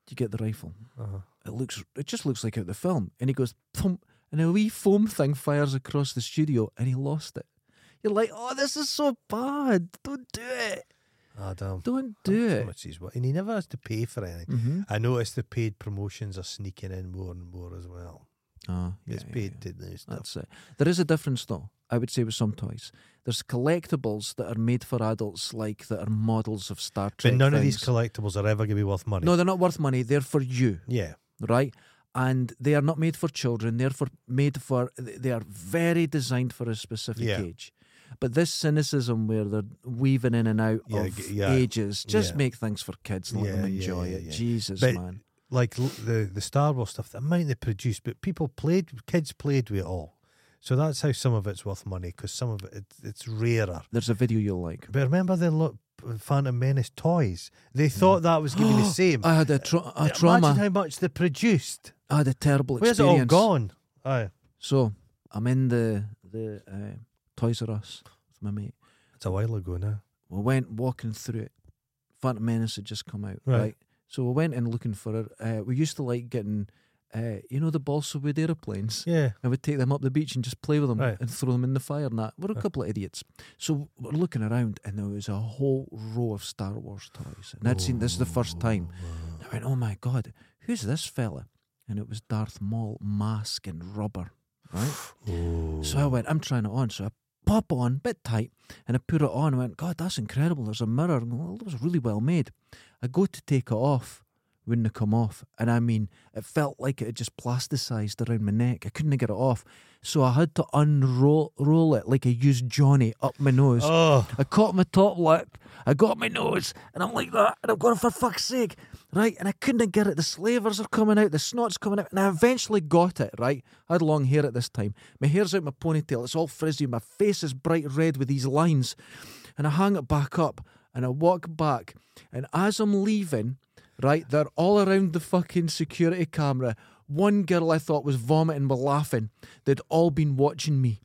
S2: You get the rifle.
S1: uh-huh.
S2: it looks it just looks like out the film. And he goes thump, and a wee foam thing fires across the studio, and he lost it. You're like, oh, this is so bad. Don't do it.
S1: Ah, damn.
S2: Don't
S1: How
S2: do it.
S1: much he's wa- And he never has to pay for anything.
S2: Mm-hmm.
S1: I noticed the paid promotions are sneaking in more and more as well.
S2: Oh, yeah,
S1: it's
S2: yeah,
S1: paid
S2: yeah.
S1: to do stuff.
S2: That's it. There is a difference, though. I would say with some toys, there's collectibles that are made for adults, like that are models of Star Trek.
S1: But none of these
S2: things.
S1: collectibles are ever going to be worth money.
S2: no, they're not worth money. They're for you.
S1: Yeah.
S2: right? And they are not made for children. They're for made for. They are very designed for a specific
S1: Yeah.
S2: age. But this cynicism where they're weaving in and out
S1: Yeah,
S2: of
S1: g- yeah.
S2: ages, just
S1: Yeah.
S2: make things for kids and let
S1: Yeah,
S2: them
S1: yeah,
S2: enjoy
S1: yeah,
S2: it.
S1: yeah.
S2: Jesus,
S1: But-
S2: man.
S1: Like l- the, the Star Wars stuff, the amount they produced, but people played, kids played with it all. So that's how some of it's worth money because some of it, it it's rarer.
S2: There's a video you'll like.
S1: But remember the lo- Phantom Menace toys. They thought that was going to be the same.
S2: I had Mm. a, tra- a
S1: Imagine
S2: trauma.
S1: how much they produced.
S2: I had a terrible
S1: Where's
S2: experience.
S1: it all gone? Aye,
S2: So I'm in the the uh, Toys R Us with my mate.
S1: it's a while ago now.
S2: We went walking through it. Phantom Menace had just come out,
S1: Right.
S2: right? So we went in looking for it. Uh, we used to like getting, uh, you know, the balsa wood aeroplanes.
S1: Yeah,
S2: I would take them up the beach and just play with them
S1: Right.
S2: and throw them in the fire and that. We're a
S1: Right.
S2: couple of idiots. So we're looking around and there was a whole row of Star Wars toys. And I'd seen this the first time. And I went, oh my God, who's this fella? And it was Darth Maul mask and rubber, right?
S1: Oh.
S2: So I went, I'm trying it on. So I pop on, bit tight, and I put it on. I went, God, that's incredible. There's a mirror. And, Well, that was really well made. I go to take it off, wouldn't have come off. And I mean, it felt like it had just plasticized around my neck. I couldn't get it off. So I had to unroll roll it like I used Johnny up my nose.
S1: Oh,
S2: I caught my top lip, I got my nose, and I'm like that, and I'm going, for fuck's sake, right? And I couldn't get it. The slavers are coming out, the snot's coming out, and I eventually got it, right? I had long hair at this time. My hair's out my ponytail, it's all frizzy, my face is bright red with these lines. And I hang it back up, and I walk back, and as I'm leaving, right, they're all around the fucking security camera. One girl I thought was vomiting, were laughing. They'd all been watching me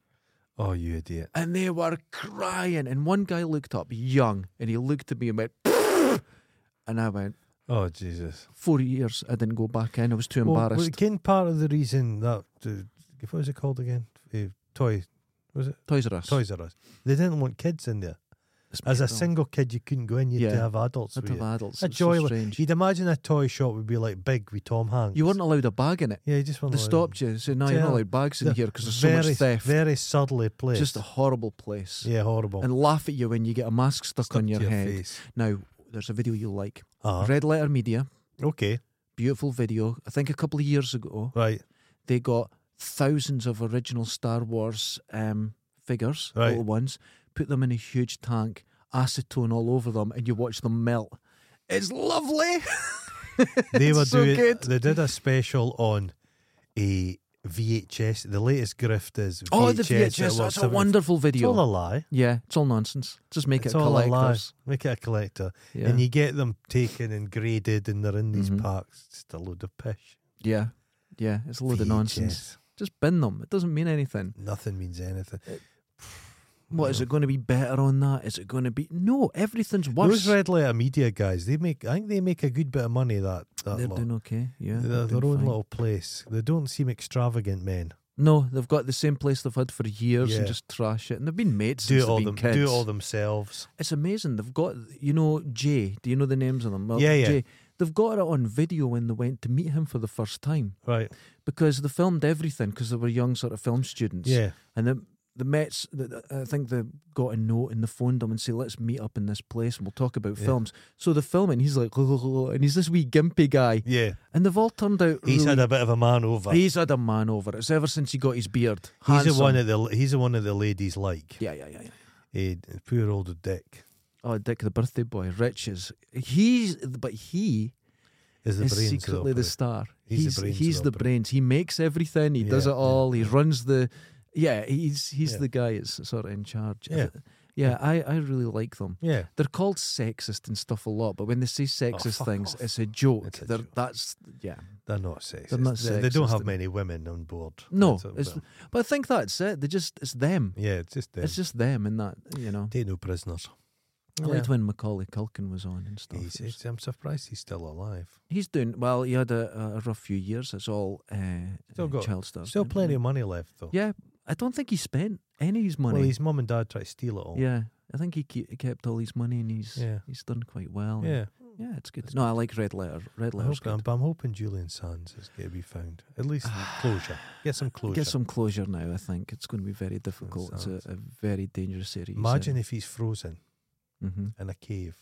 S1: oh, you idiot!
S2: and they were crying. And one guy looked up, young, and he looked at me and went, and I went,
S1: Oh, Jesus!
S2: four years. I didn't go back in. I was too
S1: Well,
S2: embarrassed.
S1: well, again, part of the reason that uh, what was it called again? Uh, toy
S2: Toys R Us.
S1: Toys R Us. They didn't want kids in there.
S2: It's
S1: As a
S2: mental.
S1: single kid, you couldn't go in. You had to
S2: Yeah.
S1: have adults.
S2: Had
S1: with
S2: to
S1: you.
S2: have adults.
S1: A
S2: It was so
S1: joy. li-
S2: strange.
S1: You'd imagine a toy shop would be like big with Tom Hanks.
S2: You weren't allowed a bag in it.
S1: Yeah, you just weren't.
S2: They
S1: allowed-
S2: stopped you. They said, no, you're
S1: Yeah.
S2: not allowed bags in
S1: The-
S2: here because there's so much
S1: very-
S2: theft.
S1: Very subtly placed.
S2: Just a horrible place.
S1: yeah, horrible.
S2: And laugh at you when you get a mask stuck,
S1: Stuck
S2: on
S1: to
S2: your, head.
S1: Face.
S2: Now, there's a video you'll like.
S1: Uh-huh.
S2: Red Letter Media,
S1: Okay,
S2: beautiful video. I think a couple of years ago,
S1: right.
S2: they got thousands of original Star Wars um, figures,
S1: Right.
S2: little ones, put them in a huge tank, acetone all over them, and you watch them melt. It's lovely.
S1: They
S2: It's
S1: were
S2: so
S1: doing.
S2: good.
S1: They did a special on a VHS. The latest grift is VHS.
S2: oh, the
S1: that
S2: VHS.
S1: was
S2: That's a
S1: seven-
S2: wonderful
S1: It's
S2: video.
S1: all a lie.
S2: yeah, it's all nonsense. Just make
S1: it's
S2: it a
S1: all a lie.
S2: collector's.
S1: Make it a collector,
S2: Yeah.
S1: and you get them taken and graded, and they're in these
S2: Mhm.
S1: parks. It's just a load of pish.
S2: yeah. Yeah, it's a load of nonsense.
S1: VHS.
S2: Just bin them. It doesn't mean anything.
S1: Nothing means anything.
S2: What is it going to be better on that? Is it going to be no? Everything's worse.
S1: Those red letter media guys, they make. I think they make a good bit of money. That, that
S2: they're
S1: lot.
S2: doing okay. Yeah,
S1: They're
S2: they're
S1: their
S2: doing
S1: own
S2: fine.
S1: little place. They don't seem extravagant men.
S2: No, they've got the same place they've had for years
S1: Yeah.
S2: and just trash it. And they've been mates
S1: Do
S2: since
S1: it all
S2: they've
S1: them.
S2: been kids.
S1: Do it all themselves.
S2: It's amazing. They've got, you know, Jay. Do you know the names of them? Well,
S1: Yeah, yeah.
S2: Jay, they've got it on video when they went to meet him for the first time
S1: Right.
S2: because they filmed everything because they were young sort of film students.
S1: Yeah.
S2: And the the Mets, the- the- I think they got a note and they phoned him and say, let's meet up in this place and we'll talk about
S1: Yeah.
S2: films. So they film it and he's like, and he's this wee gimpy guy.
S1: Yeah.
S2: And they've all turned out
S1: He's
S2: really-
S1: had a bit of a man over. He's
S2: He's had a man over. It's ever since he got his beard.
S1: the
S2: Handsome.
S1: one that the he's the one that the ladies like.
S2: Yeah, yeah, yeah, yeah.
S1: Eh, poor old Dick
S2: Oh, Dick the birthday boy, Rich is he's but he
S1: is the
S2: is
S1: brains. of
S2: secretly the
S1: opera.
S2: star.
S1: He's the
S2: he's
S1: brains of
S2: he's
S1: the
S2: the
S1: opera.
S2: brains. He makes everything. He does
S1: Yeah,
S2: it
S1: yeah,
S2: all. he runs the yeah. He's he's
S1: Yeah.
S2: the guy that's sort of in charge.
S1: Yeah.
S2: yeah. I I really like them.
S1: yeah.
S2: They're called sexist and stuff a lot, but when they say sexist
S1: Oh, fuck
S2: things,
S1: off.
S2: it's a joke.
S1: It's a
S2: They're,
S1: joke.
S2: That's yeah.
S1: They're not sexist.
S2: They're not
S1: They, they don't
S2: sexist.
S1: have many women on board.
S2: No,
S1: That's a
S2: it's,
S1: bit-
S2: but I think that's it. They just it's them.
S1: yeah, it's just them.
S2: It's just them and that you know.
S1: Take no prisoners.
S2: I liked
S1: Yeah.
S2: when Macaulay Culkin was on and stuff.
S1: He's,
S2: It was-
S1: he's- I'm surprised he's still alive.
S2: He's doing well. He had a, a rough few years. It's all uh,
S1: Still
S2: uh,
S1: got-
S2: child stuff.
S1: Still plenty of money left though.
S2: Yeah, I don't think he spent any of his money.
S1: Well, his mum and dad try to steal it all.
S2: yeah, I think he ke- he kept all his money and he's
S1: Yeah.
S2: he's done quite well.
S1: Yeah.
S2: yeah, it's good. No, I like Red Letter. Red
S1: I
S2: Letter's
S1: hope- I'm,
S2: good.
S1: I'm hoping Julian Sands is going to be found. At least closure. Get some closure.
S2: Ah, Get some closure now. I think it's going to be very difficult. It's a,
S1: sounds-
S2: a very dangerous area.
S1: Imagine if he's frozen
S2: Mm-hmm.
S1: in a cave.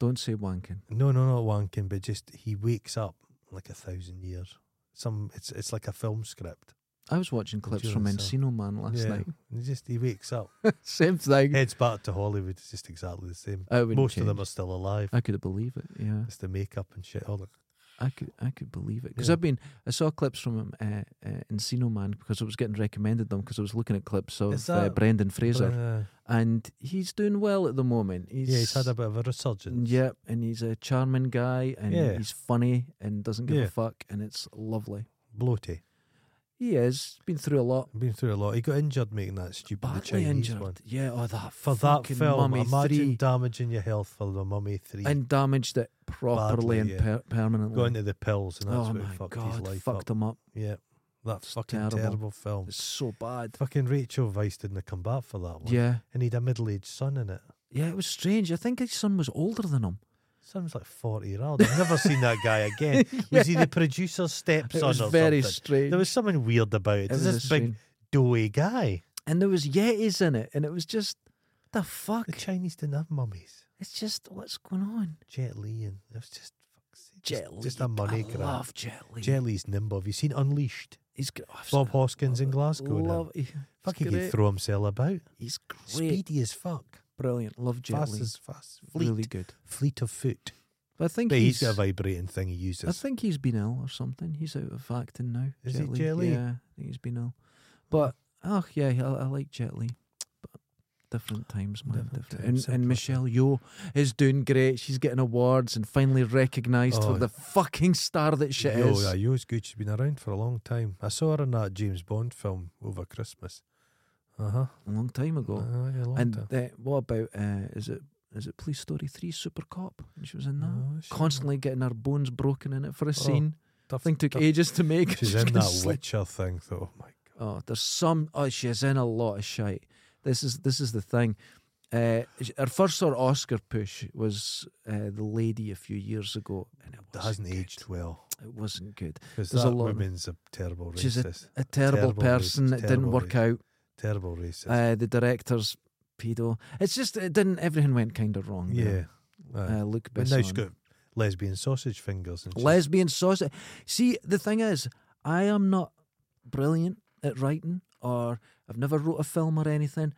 S2: Don't say wanking.
S1: No, no, not wanking, but just he wakes up like a thousand years. Some it's it's like a film script.
S2: I was watching clips from
S1: Endurance, uh,
S2: Encino Man last
S1: yeah.
S2: night.
S1: And he just he wakes up,
S2: Same thing.
S1: heads back to Hollywood. It's just exactly the same.
S2: I wouldn't
S1: Most of them
S2: change. Uh-huh.
S1: are still alive.
S2: I could believe it. Yeah.
S1: It's the makeup and shit. All the
S2: I could I could believe it because
S1: Yeah.
S2: I've been I saw clips from um, uh, uh, Encino Man because I was getting recommended them because I was looking at clips of
S3: Is
S2: uh,
S3: that-
S2: Brendan Fraser
S1: Uh,
S2: and he's doing well at the moment. He's,
S1: yeah, he's had a bit of a resurgence.
S2: Yep, and he's a charming guy, and
S1: Yeah.
S2: he's funny, and doesn't give
S1: Yeah.
S2: a fuck, and it's lovely.
S1: bloaty.
S2: He is been through a lot.
S1: Been through a lot. He got injured making that stupid the
S2: Badly
S1: Chinese
S2: injured.
S1: one.
S2: Yeah, oh that
S1: For that
S2: fucking
S1: film,
S2: Mummy
S1: imagine
S2: three,
S1: damaging your health for the Mummy Three.
S2: and damaged it properly
S1: Badly,
S2: and
S1: yeah.
S2: per- permanently.
S1: Got into the pills, and that's
S2: oh
S1: what
S2: my
S1: fucked his
S2: god,
S1: life
S2: fucked
S1: up.
S2: him up.
S1: Yeah, that
S2: It's
S1: fucking
S2: terrible.
S1: terrible, film.
S2: It's so bad.
S1: Fucking Rachel Weisz didn't come back for that one.
S2: Yeah,
S1: and he'd a middle-aged son in it.
S2: yeah, it was strange. I think his son was older than him.
S1: Sounds like forty-year-old. I've never seen that guy again. Was he the producer's stepson
S2: It was
S1: or
S2: very
S1: something?
S2: strange.
S1: There was something weird about it.
S2: It was
S1: There's this
S2: a
S1: big
S2: strange-
S1: doughy guy.
S2: and there was yetis in it, and it was just the fuck.
S1: The Chinese didn't have mummies.
S2: It's just what's going on.
S1: Jet Li and it was just fuck's sake, just-
S2: Jet
S1: just
S2: Li.
S1: a money
S2: I
S1: grab.
S2: love Jet Li.
S1: Jet Li's nimble. Have you seen Unleashed?
S2: He's gr- oh, I've
S1: Bob
S2: seen-
S1: Hoskins in Glasgow. and him.
S2: Love, he- he's
S1: Fuck, he could
S2: great.
S1: throw himself about.
S2: He's great.
S1: Speedy as fuck.
S2: Brilliant. Love Jet
S1: fast
S2: Li.
S1: as fast. Fleet.
S2: Really good.
S1: Fleet of foot.
S2: But I think
S1: But
S2: he's,
S1: he's got a vibrating thing he uses.
S2: I think he's been ill or something. He's out of acting now.
S1: Is
S2: Jet
S1: it
S2: Li. Hmm.
S1: Jet Li?
S2: Yeah, I think he's been ill. But oh yeah, I, I like Jet Li. But different times, man.
S1: Different
S2: Different.
S1: times,
S2: And, and
S1: simpler
S2: Michelle Yeoh is doing great. She's getting awards and finally recognised
S1: Oh.
S2: for the fucking star that she
S1: Yo,
S2: is.
S1: yeah, Yo's good. She's been around for a long time. I saw her in that James Bond film over Christmas. Uh-huh.
S2: A long time
S1: Uh
S2: ago.
S1: yeah, long
S2: and
S1: time.
S2: uh, what about uh, is it is it Police Story Three Super Cop? And she was in that.
S1: No, she's not.
S2: Constantly getting her bones broken in it for a scene.
S1: Tough-
S2: Thing took
S1: tough-
S2: ages to make.
S1: She's
S2: Just
S1: in
S2: Oh. gonna
S1: that
S2: slip.
S1: Witcher thing, though. Oh my god.
S2: Oh, there's some. Oh, she's in a lot of shite. This is this is the thing. Uh, sh- her first sort of Oscar push was uh, the lady a few years ago, and it
S1: That hasn't
S2: wasn't good.
S1: aged well.
S2: It wasn't good.
S1: Because
S2: There's
S1: that
S2: a lot of-
S1: woman's a terrible
S2: She's
S1: racist.
S2: A terrible,
S1: Terrible
S2: person
S1: racist,
S2: that
S1: terrible
S2: didn't work out.
S1: Terrible racist.
S2: Uh, the director's pedo. It's just it didn't. Everything went kind of wrong.
S1: yeah.
S2: there.
S1: Aye.
S2: Uh, Luke
S1: But now she's
S2: Besson.
S1: got lesbian sausage fingers and she's-
S2: lesbian sausage. See, the thing is, I am not brilliant at writing, or I've never wrote a film or anything.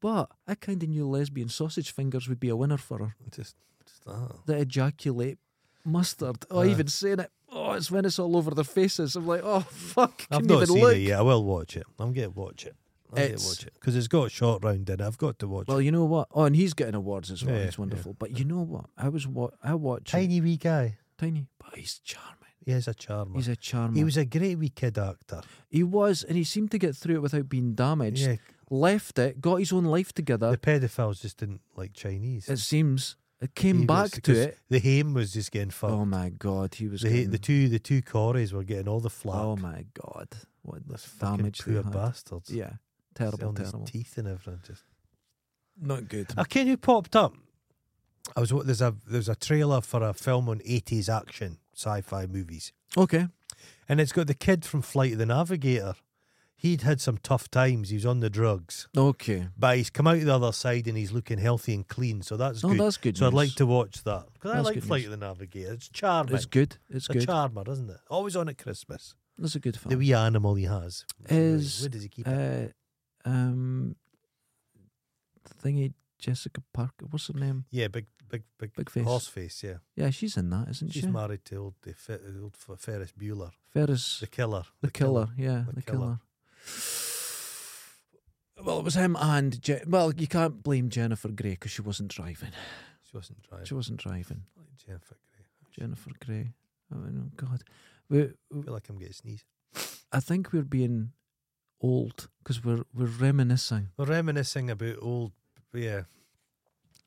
S2: But I kind of knew lesbian sausage fingers would be a winner for her.
S1: just, just that.
S2: The ejaculate mustard. Oh,
S1: Aye.
S2: even saying it. Oh, it's when it's all over their faces. I'm like, oh fuck,
S1: I've
S2: can
S1: not
S2: even
S1: seen
S2: look.
S1: it yet. I will watch it. I'm going to watch it. I'm going to
S2: It's-
S1: watch it because it's got a short round in it. I've got to watch
S2: Well,
S1: it.
S2: you know what? Oh, and he's getting awards as well.
S1: Yeah,
S2: He's
S1: yeah.
S2: wonderful. But you know what? I was what I watched tiny,
S1: Tiny wee guy.
S2: tiny, but he's charming.
S1: He is a charmer.
S2: He's a charmer.
S1: he was a great wee kid actor.
S2: he was, and he seemed to get through it without being damaged.
S1: Yeah,
S2: left it, got his own life
S1: the
S2: together.
S1: pedophiles just didn't like Chinese.
S2: It seems it
S1: He was-
S2: came back to
S1: 'cause
S2: it.
S1: The Haim was just getting fucked.
S2: Oh my god, he was
S1: the, ha- the
S2: getting-
S1: two the two Corys were getting all the flack.
S2: Oh my god, what
S1: Those fucking
S2: damage they
S1: poor
S2: had.
S1: bastards.
S2: Yeah,
S1: Selling
S2: terrible,
S1: his
S2: terrible.
S1: teeth Uh, and everything. Just
S2: Not good.
S1: I can who popped up. I was wa- there's a there's a trailer for a film on 80s action sci-fi movies,
S2: Okay,
S1: and it's got the kid from Flight of the Navigator. He'd had some tough times. He was on the drugs,
S2: okay.
S1: but he's come out the other side and he's looking healthy and clean. So that's
S2: Oh,
S1: good.
S2: that's good.
S1: so I'd like
S2: news.
S1: to watch that because I
S2: That's
S1: like
S2: good
S1: Flight
S2: news.
S1: of the Navigator. It's charming.
S2: It's good. It's
S1: It's a
S2: good.
S1: charmer, isn't it? Always on at Christmas.
S2: That's a good
S1: The
S2: film.
S1: wee animal he has.
S2: Is,
S1: where does he keep it?
S2: Uh, um, thingy Jessica Parker. What's her name?
S1: Yeah, big, big, big,
S2: Big face.
S1: horse face. Yeah,
S2: Yeah, she's in that, isn't
S1: she's
S2: she?
S1: married to old, the fe- uh, old F- Ferris Bueller,
S2: Ferris.
S1: the killer.
S2: The, killer, yeah,
S1: The
S2: the,
S1: killer.
S2: killer. Well, it was him and Je- well, you can't blame Jennifer Grey because she wasn't driving.
S1: She wasn't driving.
S2: She wasn't driving.
S1: Like Jennifer Grey.
S2: Jennifer Grey. I mean, oh God, we,
S1: I feel like I'm getting sneezed.
S2: I think we're being old because we're we're reminiscing.
S1: We're reminiscing about old. Yeah,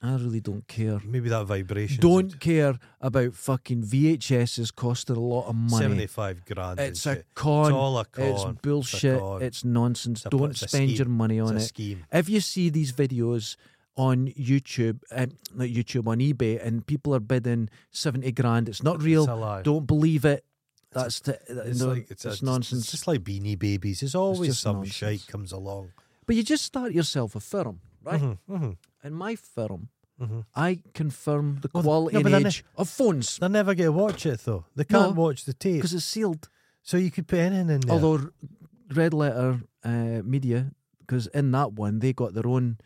S2: I really don't care.
S1: maybe that vibration.
S2: Don't care about fucking VHSs costing a lot of money.
S1: Seventy-five grand.
S2: It's
S1: and
S2: a
S1: shit. It's
S2: con.
S1: all a con.
S2: It's bullshit.
S1: con.
S2: It's nonsense.
S1: It's a-
S2: Don't
S1: it's a
S2: spend your
S1: scheme.
S2: money
S1: It's
S2: on
S1: a
S2: it.
S1: scheme.
S2: if you see these videos on YouTube, um, not YouTube, on eBay, and people are bidding 70 grand, it's not real.
S1: It's a lie.
S2: Don't believe it.
S1: a-
S2: That's to,
S1: It's
S2: no,
S1: like it's,
S2: it's,
S1: a,
S2: nonsense.
S1: It's just like Beanie Babies. There's always
S2: just
S1: some
S2: nonsense.
S1: shite comes along.
S2: but you just start yourself a firm, right?
S1: Mm-hmm, mm-hmm,
S2: In my firm,
S1: mm-hmm.
S2: I confirm the
S1: Well,
S2: quality
S1: no, but then
S2: and age of phones
S1: They never get to watch it though. They can't
S2: No,
S1: watch the tape.
S2: because it's sealed.
S1: So you could put anything in there.
S2: Although r- Red Letter uh, Media, because in that one they got their own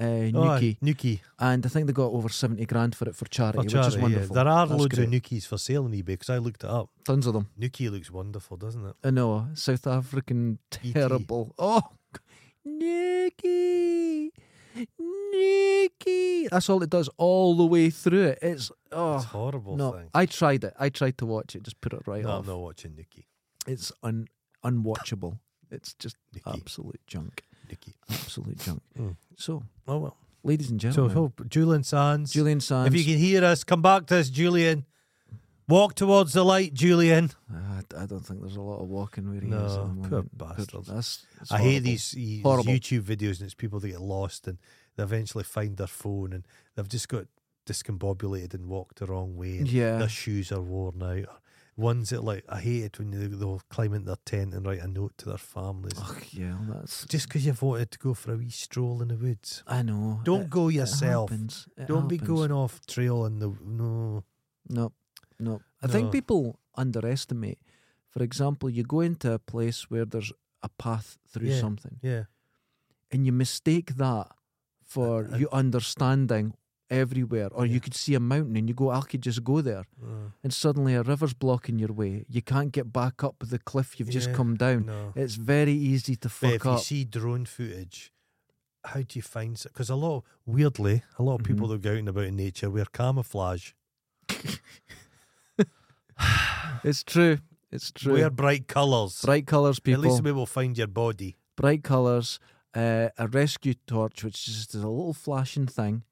S2: uh, Nuki,
S1: Nuki. Nuki.
S2: and I think they got over seventy grand for it for charity,
S1: For
S2: which is
S1: charity, yeah.
S2: wonderful.
S1: There are
S2: That's
S1: loads
S2: great.
S1: of Nukis for sale on eBay because I looked it up.
S2: Tons of them.
S1: Nuki looks wonderful, doesn't it?
S2: I know Uh, South African
S1: E.T..
S2: terrible. Oh, Nikki, Nikki. That's all it does all the way through it. It's oh
S1: it's a horrible
S2: no.
S1: thing.
S2: I tried it. I tried to watch it. Just put it right
S1: no,
S2: off.
S1: I'm not watching Nuki.
S2: It's un unwatchable. It's just
S1: Nuki.
S2: absolute junk.
S1: Nuki.
S2: Absolute junk.
S1: Mm.
S2: So,
S1: Oh well.
S2: ladies and
S1: So
S2: gentlemen,
S1: hope Julian Sands.
S2: Julian Sands.
S1: If you can hear us, come back to us, Julian. Walk towards the light, Julian.
S2: Ah, I, I don't think there's a lot of walking where he is. oh, at the
S1: No,
S2: moment.
S1: poor
S2: But
S1: bastard.
S2: That's, it's
S1: I
S2: horrible.
S1: hate these, these
S2: Horrible.
S1: YouTube videos and it's people that get lost and they eventually find their phone and they've just got discombobulated and walked the wrong way and
S2: Yeah.
S1: their shoes are worn out. Ones that like I hate it when they, they'll climb into their tent and write a note to their families.
S2: Ugh, yeah, that's.
S1: Just because you voted to go for a wee stroll in the woods,
S2: I know.
S1: don't
S2: it-
S1: go
S2: it
S1: yourself.
S2: happens, it
S1: Don't be
S2: happens.
S1: going off trail in the no.
S2: No, no. I think
S1: No.
S2: people underestimate. For example, you go into a place where there's a path through
S1: Yeah.
S2: something,
S1: Yeah,
S2: and you mistake that for
S1: I-
S2: you understanding everywhere. Or
S1: Yeah.
S2: you could see a mountain and you go, I could just go there.
S1: Uh,
S2: And suddenly a river's blocking your way. You can't get back up the cliff you've just
S1: Yeah.
S2: come down.
S1: no.
S2: It's very easy to
S1: But
S2: fuck
S1: if you
S2: up.
S1: see drone footage, how do you find? Because a lot, weirdly, a lot of people
S2: Mm-hmm.
S1: that go out and about in nature wear camouflage,
S2: It's true. It's true.
S1: wear bright colours.
S2: Bright colours,
S1: At
S2: people.
S1: least we will find your body.
S2: Bright colours. Uh, a rescue torch, which is just a little flashing thing.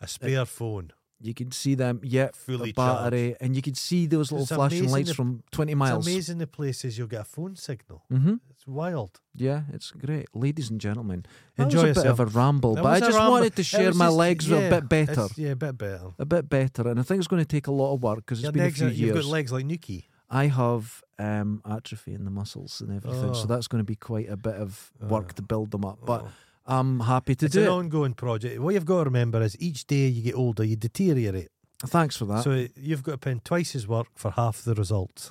S1: A spare phone.
S2: You can see them. Yeah,
S1: Fully
S2: the battery, and you can see those little
S1: It's
S2: flashing
S1: amazing
S2: lights
S1: the-
S2: from twenty
S1: It's
S2: miles.
S1: amazing the places you'll get a phone signal.
S2: hmm
S1: It's wild.
S2: Yeah, it's great, ladies and gentlemen. That
S1: Enjoy
S2: was a bit of
S1: yourself.
S2: a ramble,
S1: That
S2: but I
S1: was a
S2: just
S1: ramble.
S2: wanted to
S1: It
S2: share
S1: was
S2: my
S1: just-
S2: legs were a
S1: yeah,
S2: bit better,
S1: it's- yeah, a bit better.
S2: a bit better, and I think it's going to take a lot of work because it's
S1: Your
S2: been a
S1: legs
S2: few
S1: are- you've
S2: years.
S1: got legs like Nuki.
S2: I have um, atrophy in the muscles and everything, so
S1: Oh.
S2: that's going to be quite a bit of work
S1: Oh.
S2: to build them up. But
S1: Oh.
S2: I'm happy to
S1: it's
S2: do
S1: an
S2: it.
S1: ongoing project. What you've got to remember is each day you get older, you deteriorate.
S2: Thanks for that.
S1: So you've got to put in twice as work for half the results.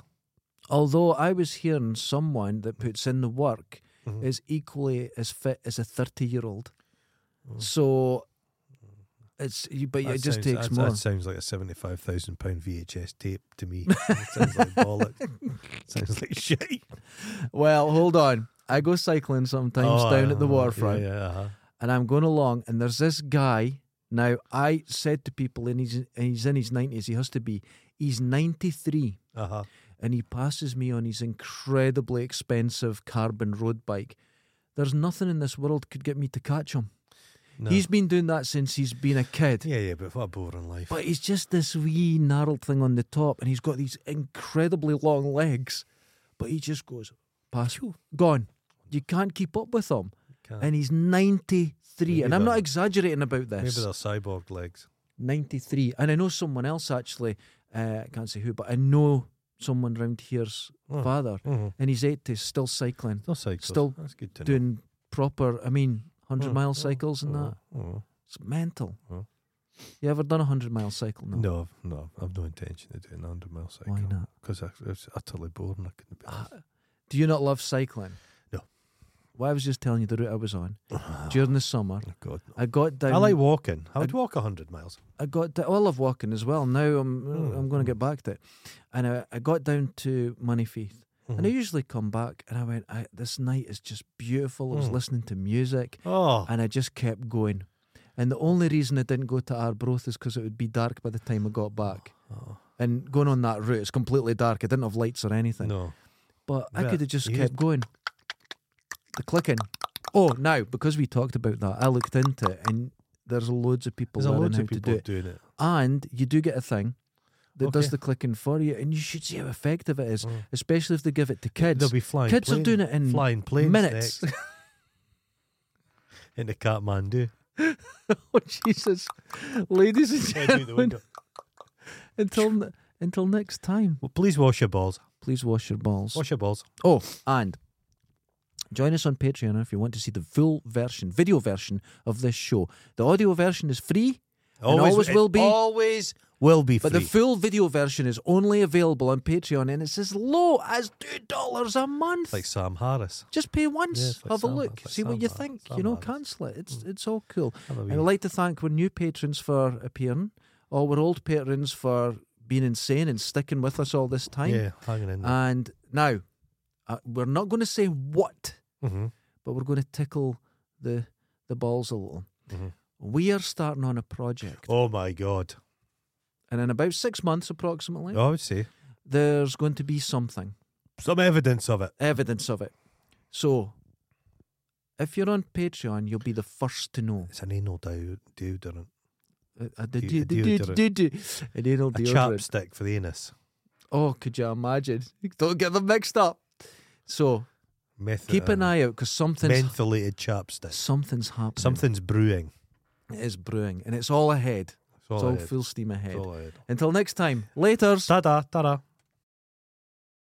S2: Although I was hearing someone that puts in the work
S1: Mhm.
S2: is equally as fit as a 30 year old. So it's, you- but
S1: Mm. That
S2: it just
S1: sounds-
S2: takes
S1: that,
S2: more.
S1: That sounds like a seventy-five thousand pound VHS tape to me. That sounds like bollocks. sounds like shit.
S2: Well, hold on. I go cycling sometimes
S1: Oh,
S2: down at the
S1: uh,
S2: waterfront
S1: Yeah, yeah, uh-huh.
S2: and I'm going along and there's this guy. Now, I said to people, and he's, and he's in his 90s, he has to be, he's 93.
S1: uh-huh.
S2: and he passes me on his incredibly expensive carbon road bike. There's nothing in this world could get me to catch him.
S1: No.
S2: He's been doing that since he's been a kid.
S1: yeah, yeah, but what a boring life.
S2: But he's just this wee gnarled thing on the top, and he's got these incredibly long legs. But he just goes past, gone. You can't keep up with him.
S1: Can't.
S2: And he's 93.
S1: Maybe
S2: and I'm not
S1: they're-
S2: exaggerating about
S1: Maybe
S2: this.
S1: they're cyborg legs.
S2: 93. And I know someone else actually, uh, I can't say who, but I know someone round here's
S1: Oh.
S2: father
S1: Mhm.
S2: and he's 80, still cycling,
S1: Still cycles.
S2: Still
S1: That's good to know.
S2: doing proper, I mean, 100
S1: Oh,
S2: mile
S1: oh,
S2: cycles and
S1: oh,
S2: that.
S1: oh.
S2: It's mental.
S1: Oh.
S2: You ever done a 100 mile cycle? No.
S1: No, I've- no, I've no intention of doing a hundred mile cycle.
S2: Why not?
S1: Because it's utterly boring. I couldn't be.
S2: Ah, do you not love cycling?
S1: No.
S2: Well, I was just telling you the route I was on
S1: arsed.
S2: during the summer.
S1: Oh, God, no.
S2: I got down.
S1: I like walking. I would
S2: Um, I-
S1: walk a hundred miles.
S2: I got down. Well, I love walking as well. Now I'm
S1: Mm,
S2: I'm going
S1: mm.
S2: to get back to it. And I, I got down to Moneyfeet.
S1: Mm-hmm.
S2: And I
S1: Hmm.
S2: usually come back and I went, I, this night is just beautiful. I was
S1: Mm.
S2: listening to music.
S1: Oh,
S2: and I just kept going. And the only reason I didn't go to Arbroath is because it would be dark by the time I got back.
S1: oh,
S2: And going on that route, it's completely dark. I didn't have lights or anything.
S1: no.
S2: But I
S1: Yeah,
S2: could have just
S1: you
S2: kept going. The clicking. Oh, now because we talked about that, I looked into it, and there's loads of people
S1: There's
S2: learning
S1: loads
S2: how
S1: of
S2: to do
S1: people
S2: it.
S1: doing it.
S2: And you do get a thing that
S1: Okay.
S2: does the clicking for you, and you should see how effective it is,
S1: Mm.
S2: especially if they give it to kids.
S1: They'll be flying.
S2: kids are
S1: plane-
S2: doing it in
S1: flying planes
S2: minutes.
S1: next into Kathmandu.
S2: oh Jesus, ladies and
S1: Head out the
S2: gentlemen.
S1: window.
S2: Until n- until next time,
S1: Well, please wash your balls.
S2: please wash your balls.
S1: Wash your balls.
S2: Oh, and join us on Patreon if you want to see the full version, video version of this show. The audio version is free. And always
S1: it
S2: will be.
S1: Always will be free.
S2: But the full video version is only available on Patreon and it's as low as $2 a month.
S1: like Sam Harris.
S2: Just pay once,
S1: it's like
S2: have a
S1: Sam-
S2: look,
S1: it's like
S2: see what
S1: Sam
S2: you
S1: Har-
S2: think.
S1: Sam
S2: you know,
S1: Harris.
S2: cancel it. It's it's all cool.
S1: Have a
S2: And
S1: wee-
S2: I'd like to thank our new patrons for appearing, or our old patrons for being insane and sticking with us all this time.
S1: yeah, hanging in there.
S2: And now, uh, we're not going to say what,
S1: hmm
S2: but we're going to tickle the the balls a little.
S1: Mhm.
S2: We are starting on a project,
S1: Oh my god. Oh,
S2: and in about six months approximately,
S1: I would say
S2: there's going to be something
S1: some evidence of it.
S2: evidence of it. So, if you're on Patreon, you'll be the first to know.
S1: It's an anal deodorant, deodorant.
S2: Uh, uh, do-
S1: Deo-
S2: do- do- do-
S1: deodorant.
S2: do- do. An anal
S1: a
S2: deodorant.
S1: chapstick for the anus.
S2: Oh, could you imagine? Don't get them mixed up. So
S1: Meth-
S2: keep an
S1: uh,
S2: eye out because something's
S1: Mentholated chapstick.
S2: something's happening.
S1: Something's brewing.
S2: is brewing, and it's all ahead.
S1: That's
S2: it's
S1: all I
S2: all
S1: had.
S2: full steam ahead.
S1: That's all I had.
S2: Until next time, later.
S1: Ta-da, ta-da.